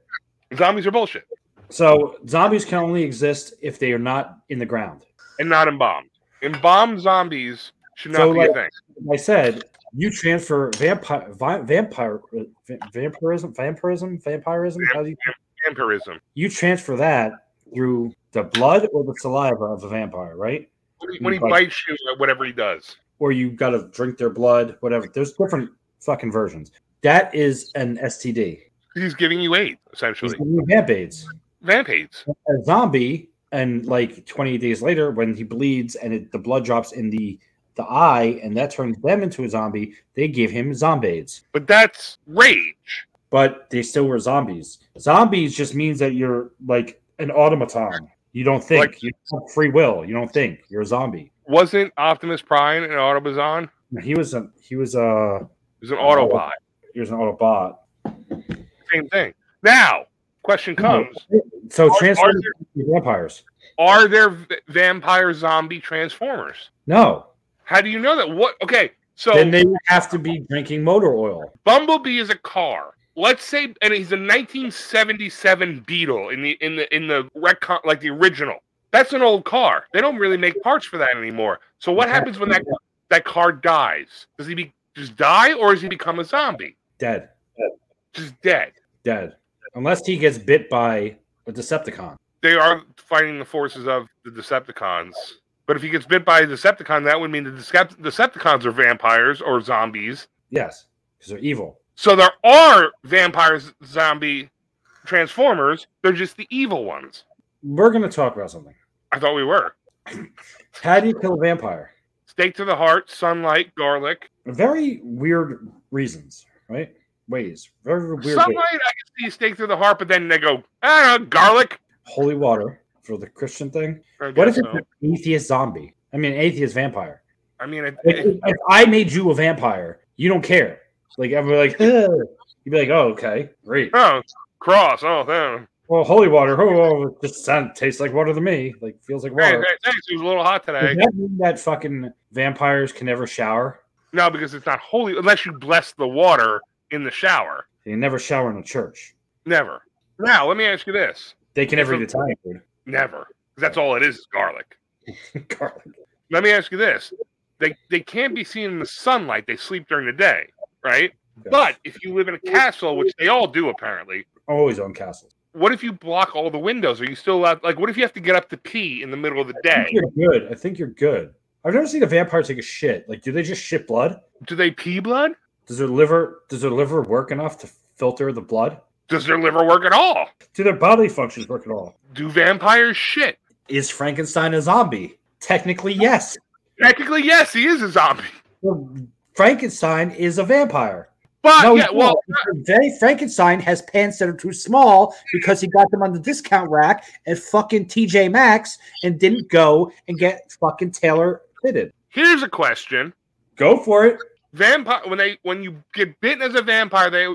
[SPEAKER 7] zombies are bullshit
[SPEAKER 3] So zombies can only exist if they are not in the ground.
[SPEAKER 7] and not embalmed. Embalmed zombies should not
[SPEAKER 3] So,
[SPEAKER 7] be
[SPEAKER 3] like-
[SPEAKER 7] a thing.
[SPEAKER 3] Like I said you transfer vampire, vi- vampire, va- vampirism, vampirism, vampirism. How do you,
[SPEAKER 7] Vampirism.
[SPEAKER 3] you transfer that through the blood or the saliva of a vampire, right?
[SPEAKER 7] When he, when he
[SPEAKER 3] Like-
[SPEAKER 7] bites you, whatever he does.
[SPEAKER 3] Or you got to drink their blood, whatever. There's different fucking versions. That is an STD.
[SPEAKER 7] He's giving you aid,
[SPEAKER 3] It's
[SPEAKER 7] essentially.
[SPEAKER 3] vamp aids.
[SPEAKER 7] Vamp aids.
[SPEAKER 3] a zombie and like 28 days later when he bleeds and it, the blood drops in the the eye and that turns them into a zombie they give him zombies
[SPEAKER 7] But that's rage.
[SPEAKER 3] but they still were zombies zombies just means that you're like an automaton you don't think
[SPEAKER 7] Like-
[SPEAKER 3] you don't have free will you don't think you're a zombie
[SPEAKER 7] Wasn't Optimus Prime an Autobazon?
[SPEAKER 3] he was a he was a
[SPEAKER 7] It was an Autobot.
[SPEAKER 3] he was an autobot
[SPEAKER 7] Same thing. Now, question comes
[SPEAKER 3] so
[SPEAKER 7] Are-
[SPEAKER 3] transform
[SPEAKER 7] are there-
[SPEAKER 3] into vampires
[SPEAKER 7] Are there v- vampire zombie transformers?
[SPEAKER 3] no
[SPEAKER 7] How do you know that? What? Okay, so
[SPEAKER 3] then they would have to be drinking motor oil
[SPEAKER 7] Bumblebee is a car. Let's say, and he's a 1977 Beetle in the in the in the retcon, like the original. That's an old car. They don't really make parts for that anymore. So what happens when that that car dies? Does he be, just die, or does he become a zombie?
[SPEAKER 3] dead
[SPEAKER 7] Just dead.
[SPEAKER 3] dead unless he gets bit by a decepticon
[SPEAKER 7] They are fighting the forces of the Decepticons. But if he gets bit by a Decepticon, that would mean the Decept- Decepticons are vampires or zombies.
[SPEAKER 3] Yes, because they're evil.
[SPEAKER 7] So there are vampires, zombie transformers. They're just the evil ones.
[SPEAKER 3] We're going to talk about something.
[SPEAKER 7] I thought we were.
[SPEAKER 3] How do you kill a vampire?
[SPEAKER 7] Steak to the heart, sunlight, garlic.
[SPEAKER 3] Very weird reasons, right? Ways. Very weird.
[SPEAKER 7] sunlight,
[SPEAKER 3] ways.
[SPEAKER 7] I can see steak through the heart, but then they go, I don't know, garlic.
[SPEAKER 3] Holy water for the Christian thing.
[SPEAKER 7] I
[SPEAKER 3] What if
[SPEAKER 7] guess
[SPEAKER 3] it's
[SPEAKER 7] so.
[SPEAKER 3] an atheist zombie? I mean, an atheist vampire.
[SPEAKER 7] I mean, it,
[SPEAKER 3] Like, if, if I made you a vampire, you don't care. Like, I'd be like, "Ugh." you'd be like, oh, okay, great.
[SPEAKER 7] oh, cross. Oh, no.
[SPEAKER 3] Well, holy water. Oh, oh, this sound tastes like water to me. Like, feels like
[SPEAKER 7] Hey, hey,
[SPEAKER 3] water.
[SPEAKER 7] thanks. It was a little hot
[SPEAKER 3] Does
[SPEAKER 7] today.
[SPEAKER 3] that mean that fucking vampires can never shower?
[SPEAKER 7] No, because it's not holy unless you bless the water in the shower.
[SPEAKER 3] They never shower in a church.
[SPEAKER 7] Never. Now, let me ask you this.
[SPEAKER 3] They can never
[SPEAKER 7] So-
[SPEAKER 3] eat Italian food.
[SPEAKER 7] Never. 'Cause That's all it is, is garlic.
[SPEAKER 3] Garlic.
[SPEAKER 7] Let me ask you this. They, they can't be seen in the sunlight. They sleep during the day, right? But if you live in a castle, which they all do apparently,
[SPEAKER 3] always on castles.
[SPEAKER 7] what if you block all the windows? Are you still allowed? Like, what if you have to get up to pee in the middle of the
[SPEAKER 3] I
[SPEAKER 7] day?
[SPEAKER 3] think you're good. I think you're good. I've never seen a vampire take a shit. Like, do they just shit blood?
[SPEAKER 7] Do they pee blood?
[SPEAKER 3] Does their liver does their liver work enough to filter the blood?
[SPEAKER 7] Does their liver work at all?
[SPEAKER 3] Do their bodily functions work at all?
[SPEAKER 7] Do vampires shit?
[SPEAKER 3] Is Frankenstein a zombie? Technically, yes.
[SPEAKER 7] Technically, yes, he is a zombie.
[SPEAKER 3] Well, Frankenstein is a vampire.
[SPEAKER 7] But
[SPEAKER 3] No,
[SPEAKER 7] yeah,
[SPEAKER 3] he's
[SPEAKER 7] well,
[SPEAKER 3] not. Today, Frankenstein has pants that are too small because he got them on the discount rack at fucking TJ Maxx and didn't go and get fucking tailor fitted.
[SPEAKER 7] here's a question:
[SPEAKER 3] Go for it.
[SPEAKER 7] Vampire when they when you get bitten as a vampire, they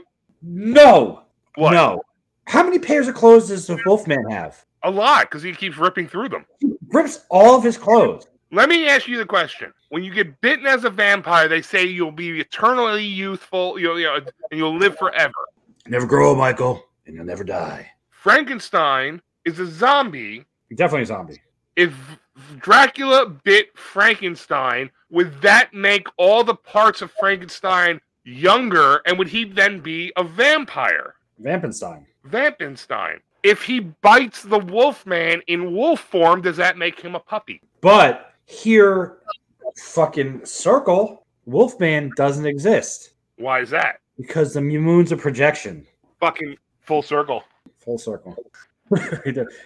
[SPEAKER 3] No.
[SPEAKER 7] What?
[SPEAKER 3] No. How many pairs of clothes does the Wolfman have?
[SPEAKER 7] a lot because he keeps ripping through them.
[SPEAKER 3] Rips all of his clothes.
[SPEAKER 7] Let me ask you the question: When you get bitten as a vampire, they say you'll be eternally youthful, you'll, you know, and you'll live forever.
[SPEAKER 3] Never grow, Michael, and you'll never die.
[SPEAKER 7] Frankenstein is a zombie.
[SPEAKER 3] Definitely a zombie.
[SPEAKER 7] If Dracula bit Frankenstein, would that make all the parts of Frankenstein younger, and would he then be a vampire?
[SPEAKER 3] Vampenstein.
[SPEAKER 7] Vampenstein. If he bites the Wolfman in wolf form, does that make him a puppy?
[SPEAKER 3] But here, fucking circle, Wolfman doesn't exist
[SPEAKER 7] Why is that?
[SPEAKER 3] because the moon's a projection.
[SPEAKER 7] Fucking full circle.
[SPEAKER 3] Full circle.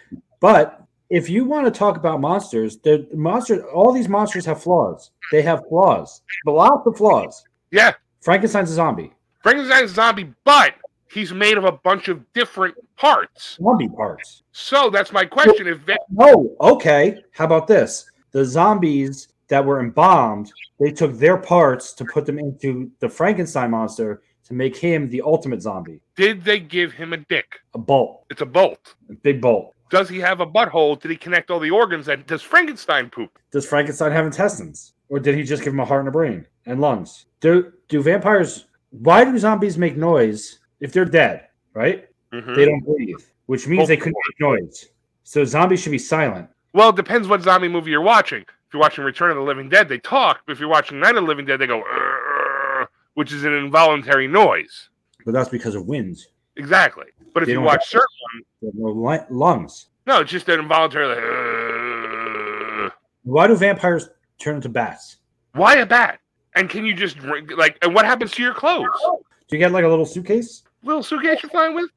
[SPEAKER 3] but if you want to talk about monsters, the monsters, all these monsters have flaws. They have flaws, lots of flaws.
[SPEAKER 7] Yeah,
[SPEAKER 3] Frankenstein's a zombie.
[SPEAKER 7] Frankenstein's a zombie, but he's made of a bunch of different parts.
[SPEAKER 3] Zombie parts.
[SPEAKER 7] So that's my question. If va-
[SPEAKER 3] Oh, okay. How about this? The zombies that were embalmed, they took their parts to put them into the Frankenstein monster to make him the ultimate zombie.
[SPEAKER 7] did they give him a dick?
[SPEAKER 3] A bolt,
[SPEAKER 7] It's a bolt.
[SPEAKER 3] a big bolt.
[SPEAKER 7] Does he have a butthole? Did he connect all the organs? And does Frankenstein poop?
[SPEAKER 3] Does Frankenstein have intestines? Or did he just give him a heart and a brain and lungs? Do do vampires why do zombies make noise if they're dead, right? They don't breathe, which means they couldn't make noise. So zombies should be silent.
[SPEAKER 7] Well, it depends what zombie movie you're watching. If you're watching Return of the Living Dead, they talk. But if you're watching Night of the Living Dead, they go, "Arr," which is an involuntary noise.
[SPEAKER 3] But that's because of winds.
[SPEAKER 7] Exactly. But if
[SPEAKER 3] They
[SPEAKER 7] you
[SPEAKER 3] don't
[SPEAKER 7] watch
[SPEAKER 3] have-
[SPEAKER 7] certain,
[SPEAKER 3] They have no li- lungs.
[SPEAKER 7] no, it's just an involuntary. like, "Arr."
[SPEAKER 3] Why do vampires turn into bats?
[SPEAKER 7] Why a bat? And can you just drink- like? And what happens to your clothes?
[SPEAKER 3] Do you get like a little suitcase?
[SPEAKER 7] little suitcase you're flying with?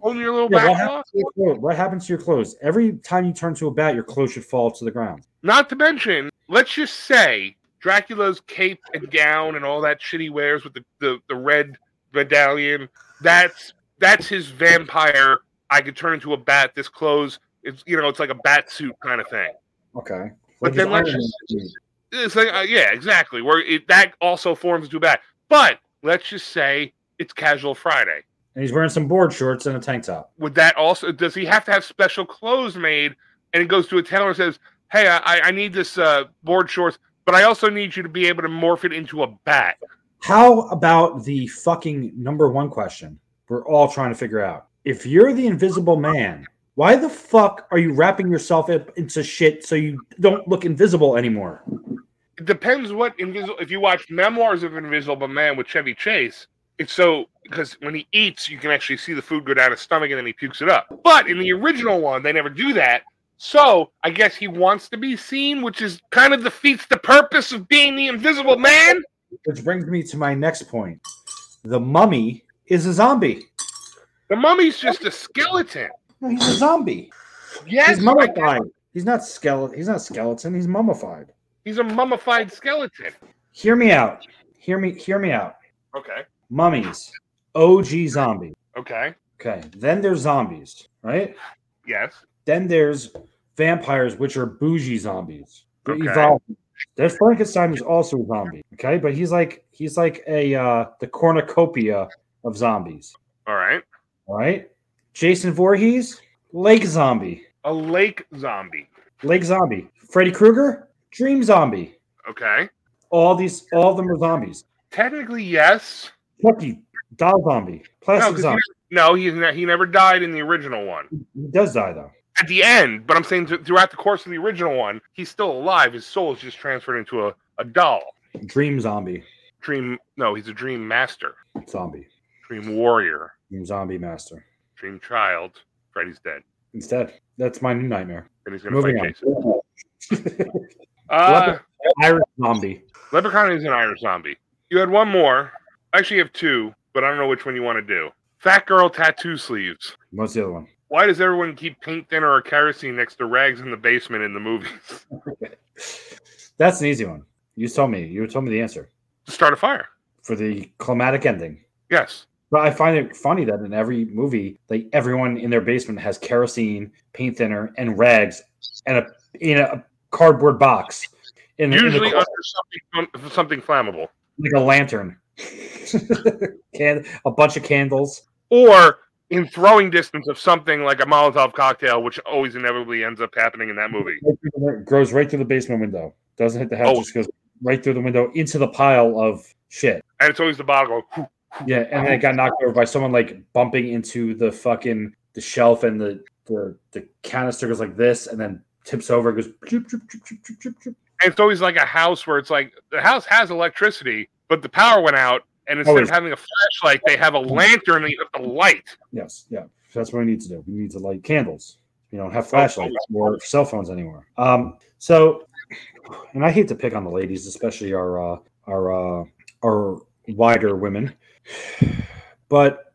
[SPEAKER 7] On your little
[SPEAKER 3] Yeah, what,
[SPEAKER 7] backpack?
[SPEAKER 3] happens to your clothes? what happens to your clothes? Every time you turn to a bat, your clothes should fall to the ground.
[SPEAKER 7] Not to mention, let's just say Dracula's cape and gown and all that shit he wears with the, the, the red medallion. That's that's his vampire. I could turn into a bat. This clothes, it's you know, it's like a bat suit kind of thing.
[SPEAKER 3] Okay. Like
[SPEAKER 7] But then
[SPEAKER 3] his
[SPEAKER 7] let's
[SPEAKER 3] Iron Man suit.
[SPEAKER 7] It's like, uh, yeah, exactly. Where it, that also forms into a bat. But let's just say it's Casual Friday.
[SPEAKER 3] and he's wearing some board shorts and a tank top.
[SPEAKER 7] would that also does he have to have special clothes made and he goes to a tailor and says hey i, I need this uh, board shorts but i also need you to be able to morph it into a bat
[SPEAKER 3] How about the fucking number one question we're all trying to figure out? If you're the invisible man, why the fuck are you wrapping yourself up into shit so you don't look invisible anymore?
[SPEAKER 7] it depends what invisible if you watch memoirs of invisible man with chevy chase it's so because when he eats you can actually see the food go down his stomach and then he pukes it up but in the original one they never do that so i guess he wants to be seen which is kind of defeats the purpose of being the invisible man
[SPEAKER 3] Which brings me to my next point. The mummy is a zombie.
[SPEAKER 7] the mummy's just a skeleton
[SPEAKER 3] No, he's a zombie.
[SPEAKER 7] yes
[SPEAKER 3] he's
[SPEAKER 7] I
[SPEAKER 3] mummified. He's not skeleton. He's not skeleton. He's mummified.
[SPEAKER 7] He's a mummified skeleton.
[SPEAKER 3] Hear me out. Hear me. Hear me out.
[SPEAKER 7] Okay.
[SPEAKER 3] Mummies, OG zombie.
[SPEAKER 7] Okay.
[SPEAKER 3] Okay. Then there's zombies, right?
[SPEAKER 7] Yes.
[SPEAKER 3] Then there's vampires, which are bougie zombies. They're
[SPEAKER 7] Okay.
[SPEAKER 3] evolving. There's Frankenstein is also a zombie. Okay, but he's like he's like a uh, the cornucopia of zombies.
[SPEAKER 7] All right.
[SPEAKER 3] All right. Jason Voorhees, lake zombie,
[SPEAKER 7] A lake zombie.
[SPEAKER 3] lake zombie. Freddy Krueger, dream zombie.
[SPEAKER 7] Okay.
[SPEAKER 3] All these, all of them are zombies.
[SPEAKER 7] Technically, yes.
[SPEAKER 3] Chucky, doll zombie,
[SPEAKER 7] No,
[SPEAKER 3] plastic
[SPEAKER 7] 'cause he,
[SPEAKER 3] zombie.
[SPEAKER 7] never- no, he's not, he never died in the original one.
[SPEAKER 3] He does die though.
[SPEAKER 7] At the end, but I'm saying th- throughout the course of the original one, he's still alive. His soul is just transferred into a, a doll.
[SPEAKER 3] Dream zombie,
[SPEAKER 7] Dream. No, he's a dream master,
[SPEAKER 3] zombie,
[SPEAKER 7] dream warrior,
[SPEAKER 3] dream zombie master.
[SPEAKER 7] dream child. Freddy's dead.
[SPEAKER 3] Instead, that's my new nightmare.
[SPEAKER 7] And he's going to
[SPEAKER 3] Moving
[SPEAKER 7] fight Jason.
[SPEAKER 3] on.
[SPEAKER 7] Uh,
[SPEAKER 3] Irish zombie.
[SPEAKER 7] Leprechaun is an Irish zombie. You had one more. I actually have two, but I don't know which one you want to do. Fat girl tattoo sleeves.
[SPEAKER 3] What's the other one?
[SPEAKER 7] Why does everyone keep paint thinner or kerosene next to rags in the basement in the movies?
[SPEAKER 3] That's an easy one. You told me. You told me the answer
[SPEAKER 7] to start a fire.
[SPEAKER 3] for the climatic ending.
[SPEAKER 7] Yes.
[SPEAKER 3] But I find it funny that in every movie, like everyone in their basement has kerosene, paint thinner, and rags, and a in a cardboard box. in, in the
[SPEAKER 7] Usually
[SPEAKER 3] closet,
[SPEAKER 7] under something something flammable.
[SPEAKER 3] like a lantern, Can, a bunch of candles.
[SPEAKER 7] or in throwing distance of something like a Molotov cocktail, which always inevitably ends up happening in that movie.
[SPEAKER 3] Right through the- grows right through the basement window. Doesn't hit the house.
[SPEAKER 7] Oh.
[SPEAKER 3] Just goes right through the window into the pile of shit.
[SPEAKER 7] And it's always the bottle going,
[SPEAKER 3] Yeah, and then it got knocked over by someone like bumping into the fucking the shelf and the the, the canister goes like this and then tips over goes choop, choop, choop, choop, choop, choop, choop.
[SPEAKER 7] and it's always like a house where it's like the house has electricity, but the power went out. And instead
[SPEAKER 3] Always. Mm.
[SPEAKER 7] of having a flashlight, they have a lantern that you have to light.
[SPEAKER 3] Yes, yeah. So that's what we need to do. We need to light candles. We don't have flashlights or cell phones anymore. Um so and I hate to pick on the ladies, especially our uh our uh our wider women. But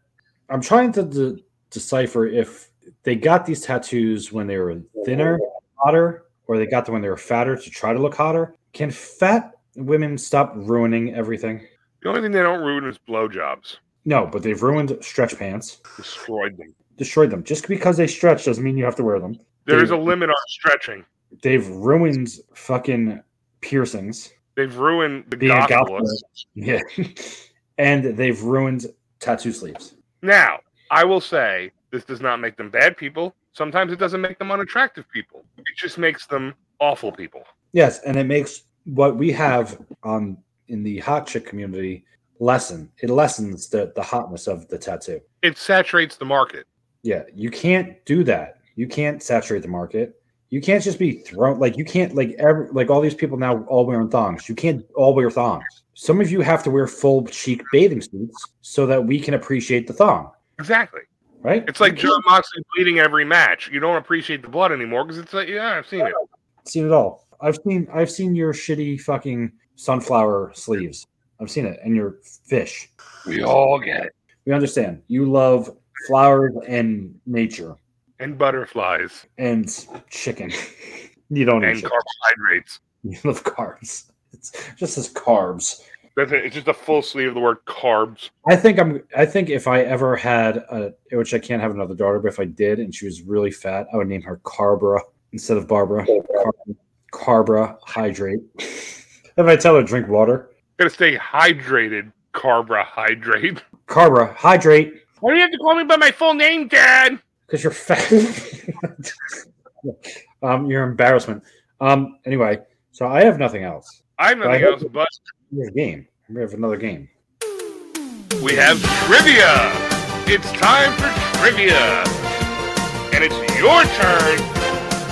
[SPEAKER 3] I'm trying to de- decipher if they got these tattoos when they were thinner, hotter, or they got them when they were fatter to try to look hotter. Can fat women stop ruining everything?
[SPEAKER 7] The only thing they don't ruin is blowjobs.
[SPEAKER 3] No, but they've ruined stretch pants,
[SPEAKER 7] Destroyed them.
[SPEAKER 3] destroyed them. Just because they stretch doesn't mean you have to wear them.
[SPEAKER 7] There is a
[SPEAKER 3] Dude.
[SPEAKER 7] limit on stretching.
[SPEAKER 3] They've ruined fucking piercings.
[SPEAKER 7] They've ruined the
[SPEAKER 3] Being a
[SPEAKER 7] goth
[SPEAKER 3] goth
[SPEAKER 7] look.
[SPEAKER 3] nerd. Yeah. and they've ruined tattoo sleeves.
[SPEAKER 7] Now, I will say this does not make them bad people. Sometimes it doesn't make them unattractive people. It just makes them awful people.
[SPEAKER 3] Yes, and it makes what we have on in the hot chick community lessen. It lessens the, the hotness of the tattoo.
[SPEAKER 7] It saturates the market.
[SPEAKER 3] Yeah, you can't do that. You can't saturate the market. You can't just be thrown like you can't like every like all these people now all wearing thongs. You can't all wear thongs. Some of you have to wear full cheek bathing suits so that we can appreciate the thong,
[SPEAKER 7] Exactly.
[SPEAKER 3] right?
[SPEAKER 7] It's like John Moxley bleeding every match. You don't appreciate the blood anymore because it's like, yeah, I've seen it.
[SPEAKER 3] seen it all. I've seen I've seen your shitty fucking sunflower sleeves. I've seen it and your fish.
[SPEAKER 6] We all get it.
[SPEAKER 3] We understand. You love flowers and nature
[SPEAKER 7] And butterflies
[SPEAKER 3] and chicken. You don't eat
[SPEAKER 7] and
[SPEAKER 3] chicken.
[SPEAKER 7] carbohydrates.
[SPEAKER 3] You love carbs. It's just as carbs.
[SPEAKER 7] That's it. It's just a full sleeve of the word carbs.
[SPEAKER 3] I think I'm. I think if I ever had a, which I can't have another daughter, but if I did, and she was really fat, I would name her Carbra instead of Barbara. Car- Carbra hydrate. if I tell her drink water,
[SPEAKER 7] Gotta stay hydrated, carbohydrate.
[SPEAKER 3] Carbra hydrate.
[SPEAKER 7] Why do you have to call me by my full name, Dad?
[SPEAKER 3] because you're fat. um, your embarrassment. Um, anyway, so I have nothing else.
[SPEAKER 7] I have nothing
[SPEAKER 3] Right.
[SPEAKER 7] else but
[SPEAKER 3] We have a game. We have another game.
[SPEAKER 7] We have trivia. It's time for trivia. And it's your turn.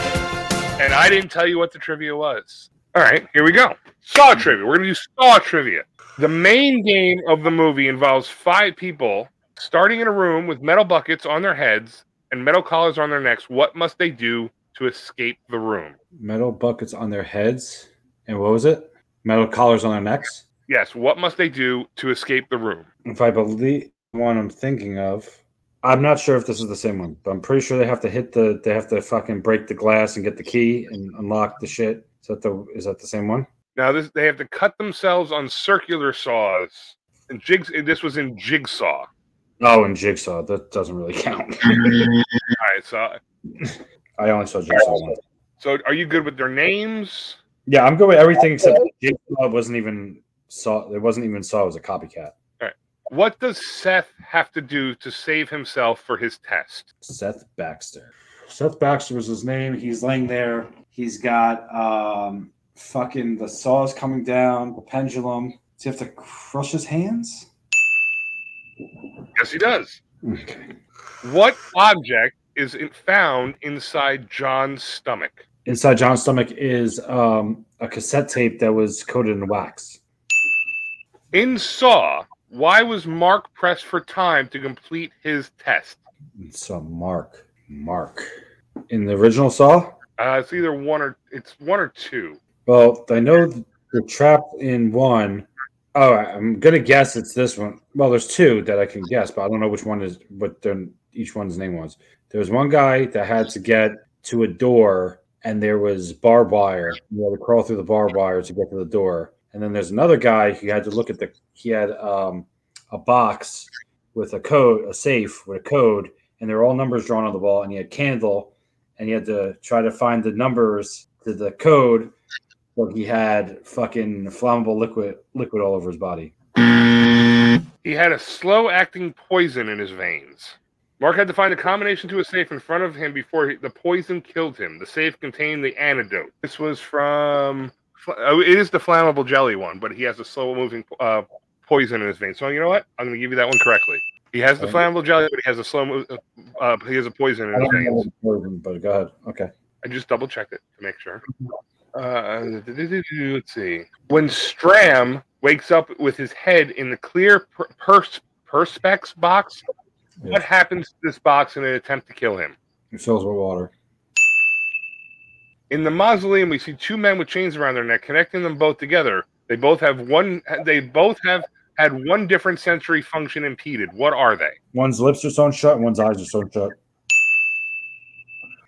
[SPEAKER 7] And I didn't tell you what the trivia was. All right, here we go. Saw trivia. We're going to do saw trivia. The main game of the movie involves five people starting in a room with metal buckets on their heads and metal collars on their necks. What must they do to escape the room?
[SPEAKER 3] Metal buckets on their heads, and what was it? Metal collars on their necks.
[SPEAKER 7] Yes, what must they do to escape the room?
[SPEAKER 3] If I believe the one I'm thinking of, I'm not sure if this is the same one, but I'm pretty sure they have to hit the. They have to fucking break the glass and get the key and unlock the shit. Is that the? Is that the same one?
[SPEAKER 7] Now this they have to cut themselves on circular saws. And jigs this was in jigsaw.
[SPEAKER 3] Oh, and jigsaw. That doesn't really count.
[SPEAKER 7] All right, so
[SPEAKER 3] I only saw jigsaw once.
[SPEAKER 7] so are you good with their names?
[SPEAKER 3] Yeah, I'm good with everything except Jigsaw wasn't even saw. It wasn't even saw. It was a copycat.
[SPEAKER 7] What does Seth have to do to save himself for his test?
[SPEAKER 3] Seth Baxter. Seth Baxter was his name. He's laying there. He's got um fucking the saw is coming down. The pendulum. Does he have to crush his hands?
[SPEAKER 7] Yes, he does.
[SPEAKER 3] Okay.
[SPEAKER 7] What object is in- found inside John's stomach?
[SPEAKER 3] Inside John's stomach is um a cassette tape that was coated in wax.
[SPEAKER 7] In Saw, why was Mark pressed for time to complete his test?
[SPEAKER 3] So mark, mark. In the original Saw,
[SPEAKER 7] Uh, it's either one or it's one or two.
[SPEAKER 3] Well, I know th- the trap in one. Oh, I- I'm gonna guess it's this one. Well, there's two that I can guess, but I don't know which one is what their each one's name was. There was one guy that had to get to a door, and there was barbed wire. You had to crawl through the barbed wire to get to the door, and then there's another guy who had to look at the. He had um, a box with a code, a safe with a code, and there were all numbers drawn on the wall, and he had candle, and he had to try to find the numbers to the code but he had fucking flammable liquid liquid all over his body.
[SPEAKER 7] He had a slow acting poison in his veins. Mark had to find a combination to a safe in front of him before he, the poison killed him. The safe contained the antidote. This was from. Oh, it is the flammable jelly one, but he has a slow moving uh, poison in his veins. So you know what? I'm going to give you that one correctly. He has the
[SPEAKER 3] Okay.
[SPEAKER 7] flammable jelly, but he has a slow. Move, uh, he has a poison
[SPEAKER 3] I
[SPEAKER 7] in his
[SPEAKER 3] don't know
[SPEAKER 7] veins.
[SPEAKER 3] what poison, but go ahead. Okay.
[SPEAKER 7] I just double checked it to make sure. Uh, let's see. When Stram wakes up with his head in the clear per- pers- perspex box, what happens to this box in an attempt to kill him?
[SPEAKER 3] It fills with water.
[SPEAKER 7] In the mausoleum, we see two men with chains around their neck, connecting them both together. They both have one. They both have had one different sensory function impeded. What are they?
[SPEAKER 3] One's lips are sewn shut, and one's eyes are sewn shut.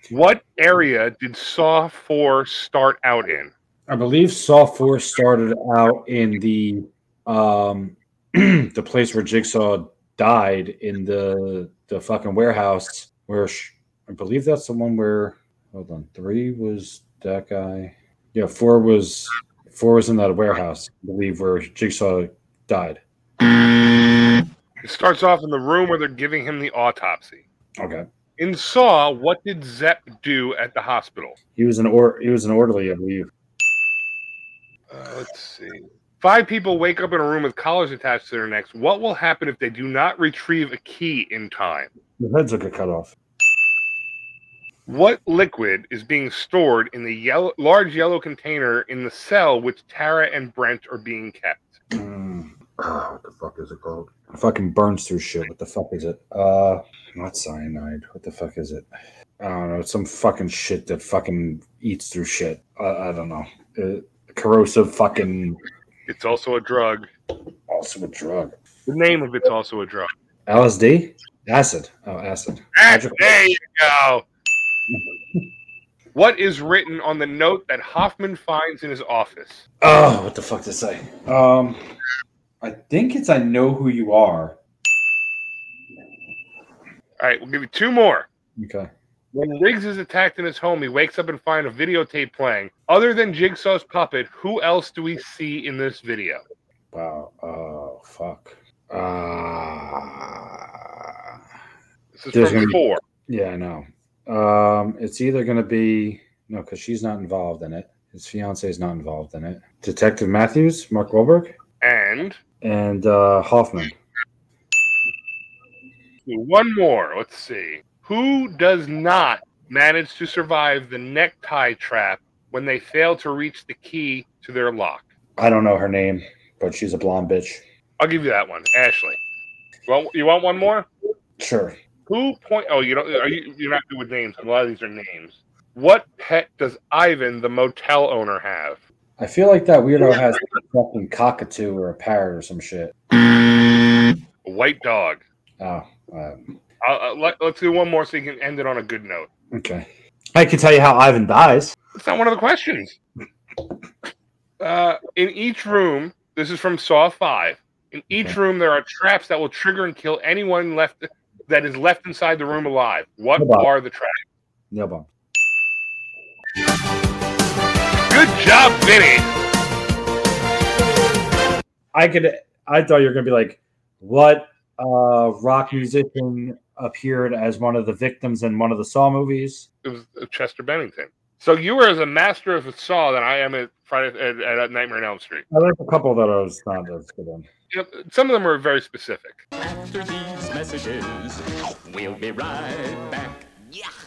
[SPEAKER 7] What area did Saw Four start out in?
[SPEAKER 3] I believe Saw Four started out in the um the place where Jigsaw died in the the fucking warehouse where sh- I believe that's the one where hold on three was that guy yeah four was four was in that warehouse I believe where Jigsaw died
[SPEAKER 7] It starts off in the room where they're giving him the autopsy.
[SPEAKER 3] okay
[SPEAKER 7] In Saw, what did Zepp do at the hospital?
[SPEAKER 3] he was an or he was an orderly I believe
[SPEAKER 7] Uh, let's see. Five people wake up in a room with collars attached to their necks. What will happen if they do not retrieve a key in time?
[SPEAKER 3] his heads will get cut off
[SPEAKER 7] What liquid is being stored in the yellow, large yellow container in the cell which Tara and Brent are being kept?
[SPEAKER 3] Mm,
[SPEAKER 2] Ah, what the fuck is it called?
[SPEAKER 3] fucking burns through shit what the fuck is it uh not cyanide what the fuck is it I don't know. It's some fucking shit that fucking eats through shit. I, I don't know. Uh, corrosive fucking.
[SPEAKER 7] It's also a drug.
[SPEAKER 3] Also a drug.
[SPEAKER 7] The name of it's also a drug.
[SPEAKER 3] LSD? Acid. Oh, acid.
[SPEAKER 7] Ah,
[SPEAKER 3] Hydro-
[SPEAKER 7] there you go. What is written on the note that Hoffman finds in his office?
[SPEAKER 3] Oh, what the fuck to say? Um, I think it's I know who you are.
[SPEAKER 7] All right, we'll give you two more.
[SPEAKER 3] Okay.
[SPEAKER 7] When Riggs is attacked in his home, he wakes up and finds a videotape playing. Other than Jigsaw's puppet, who else do we see in this video?
[SPEAKER 3] Wow. Oh, fuck. Uh,
[SPEAKER 7] This is
[SPEAKER 3] There's
[SPEAKER 7] from
[SPEAKER 3] gonna be-
[SPEAKER 7] four.
[SPEAKER 3] yeah, I know. Um, it's either going to be no, because she's not involved in it. His fiance is not involved in it. Detective Matthews, Mark Wahlberg,
[SPEAKER 7] And
[SPEAKER 3] and uh, Hoffman.
[SPEAKER 7] one more. Let's see. Who does not manage to survive the necktie trap when they fail to reach the key to their lock?
[SPEAKER 3] I don't know her name, but she's a blonde bitch.
[SPEAKER 7] I'll give you that one, Ashley. Well, you want one more?
[SPEAKER 3] Sure.
[SPEAKER 7] Who point? Oh, you don't. Are you? You're not good with names. A lot of these are names. What pet does Ivan, the motel owner, have?
[SPEAKER 3] I feel like that weirdo has a fucking cockatoo or a parrot or some shit.
[SPEAKER 7] A white dog.
[SPEAKER 3] Oh, um,
[SPEAKER 7] I'll, I'll- let, us do one more so you can end it on a good note.
[SPEAKER 3] okay. I can tell you how Ivan dies.
[SPEAKER 7] That's not one of the questions. Uh, in each room, this is from Saw Five. In each
[SPEAKER 3] Okay.
[SPEAKER 7] room, there are traps that will trigger and kill anyone left that is left inside the room alive. What
[SPEAKER 3] Hold on.
[SPEAKER 7] are the traps?
[SPEAKER 3] Nail bomb.
[SPEAKER 7] Good job, Vinny.
[SPEAKER 3] I could. I thought you were gonna be like, what uh, rock musician appeared as one of the victims in one of the Saw movies?
[SPEAKER 7] It was Chester Bennington. So you were as a master of Saw than I am at Friday at, at Nightmare on Elm Street.
[SPEAKER 3] I like a couple that I was not as good on.
[SPEAKER 7] You know, some of them are very specific.
[SPEAKER 11] After these messages, we'll be right back.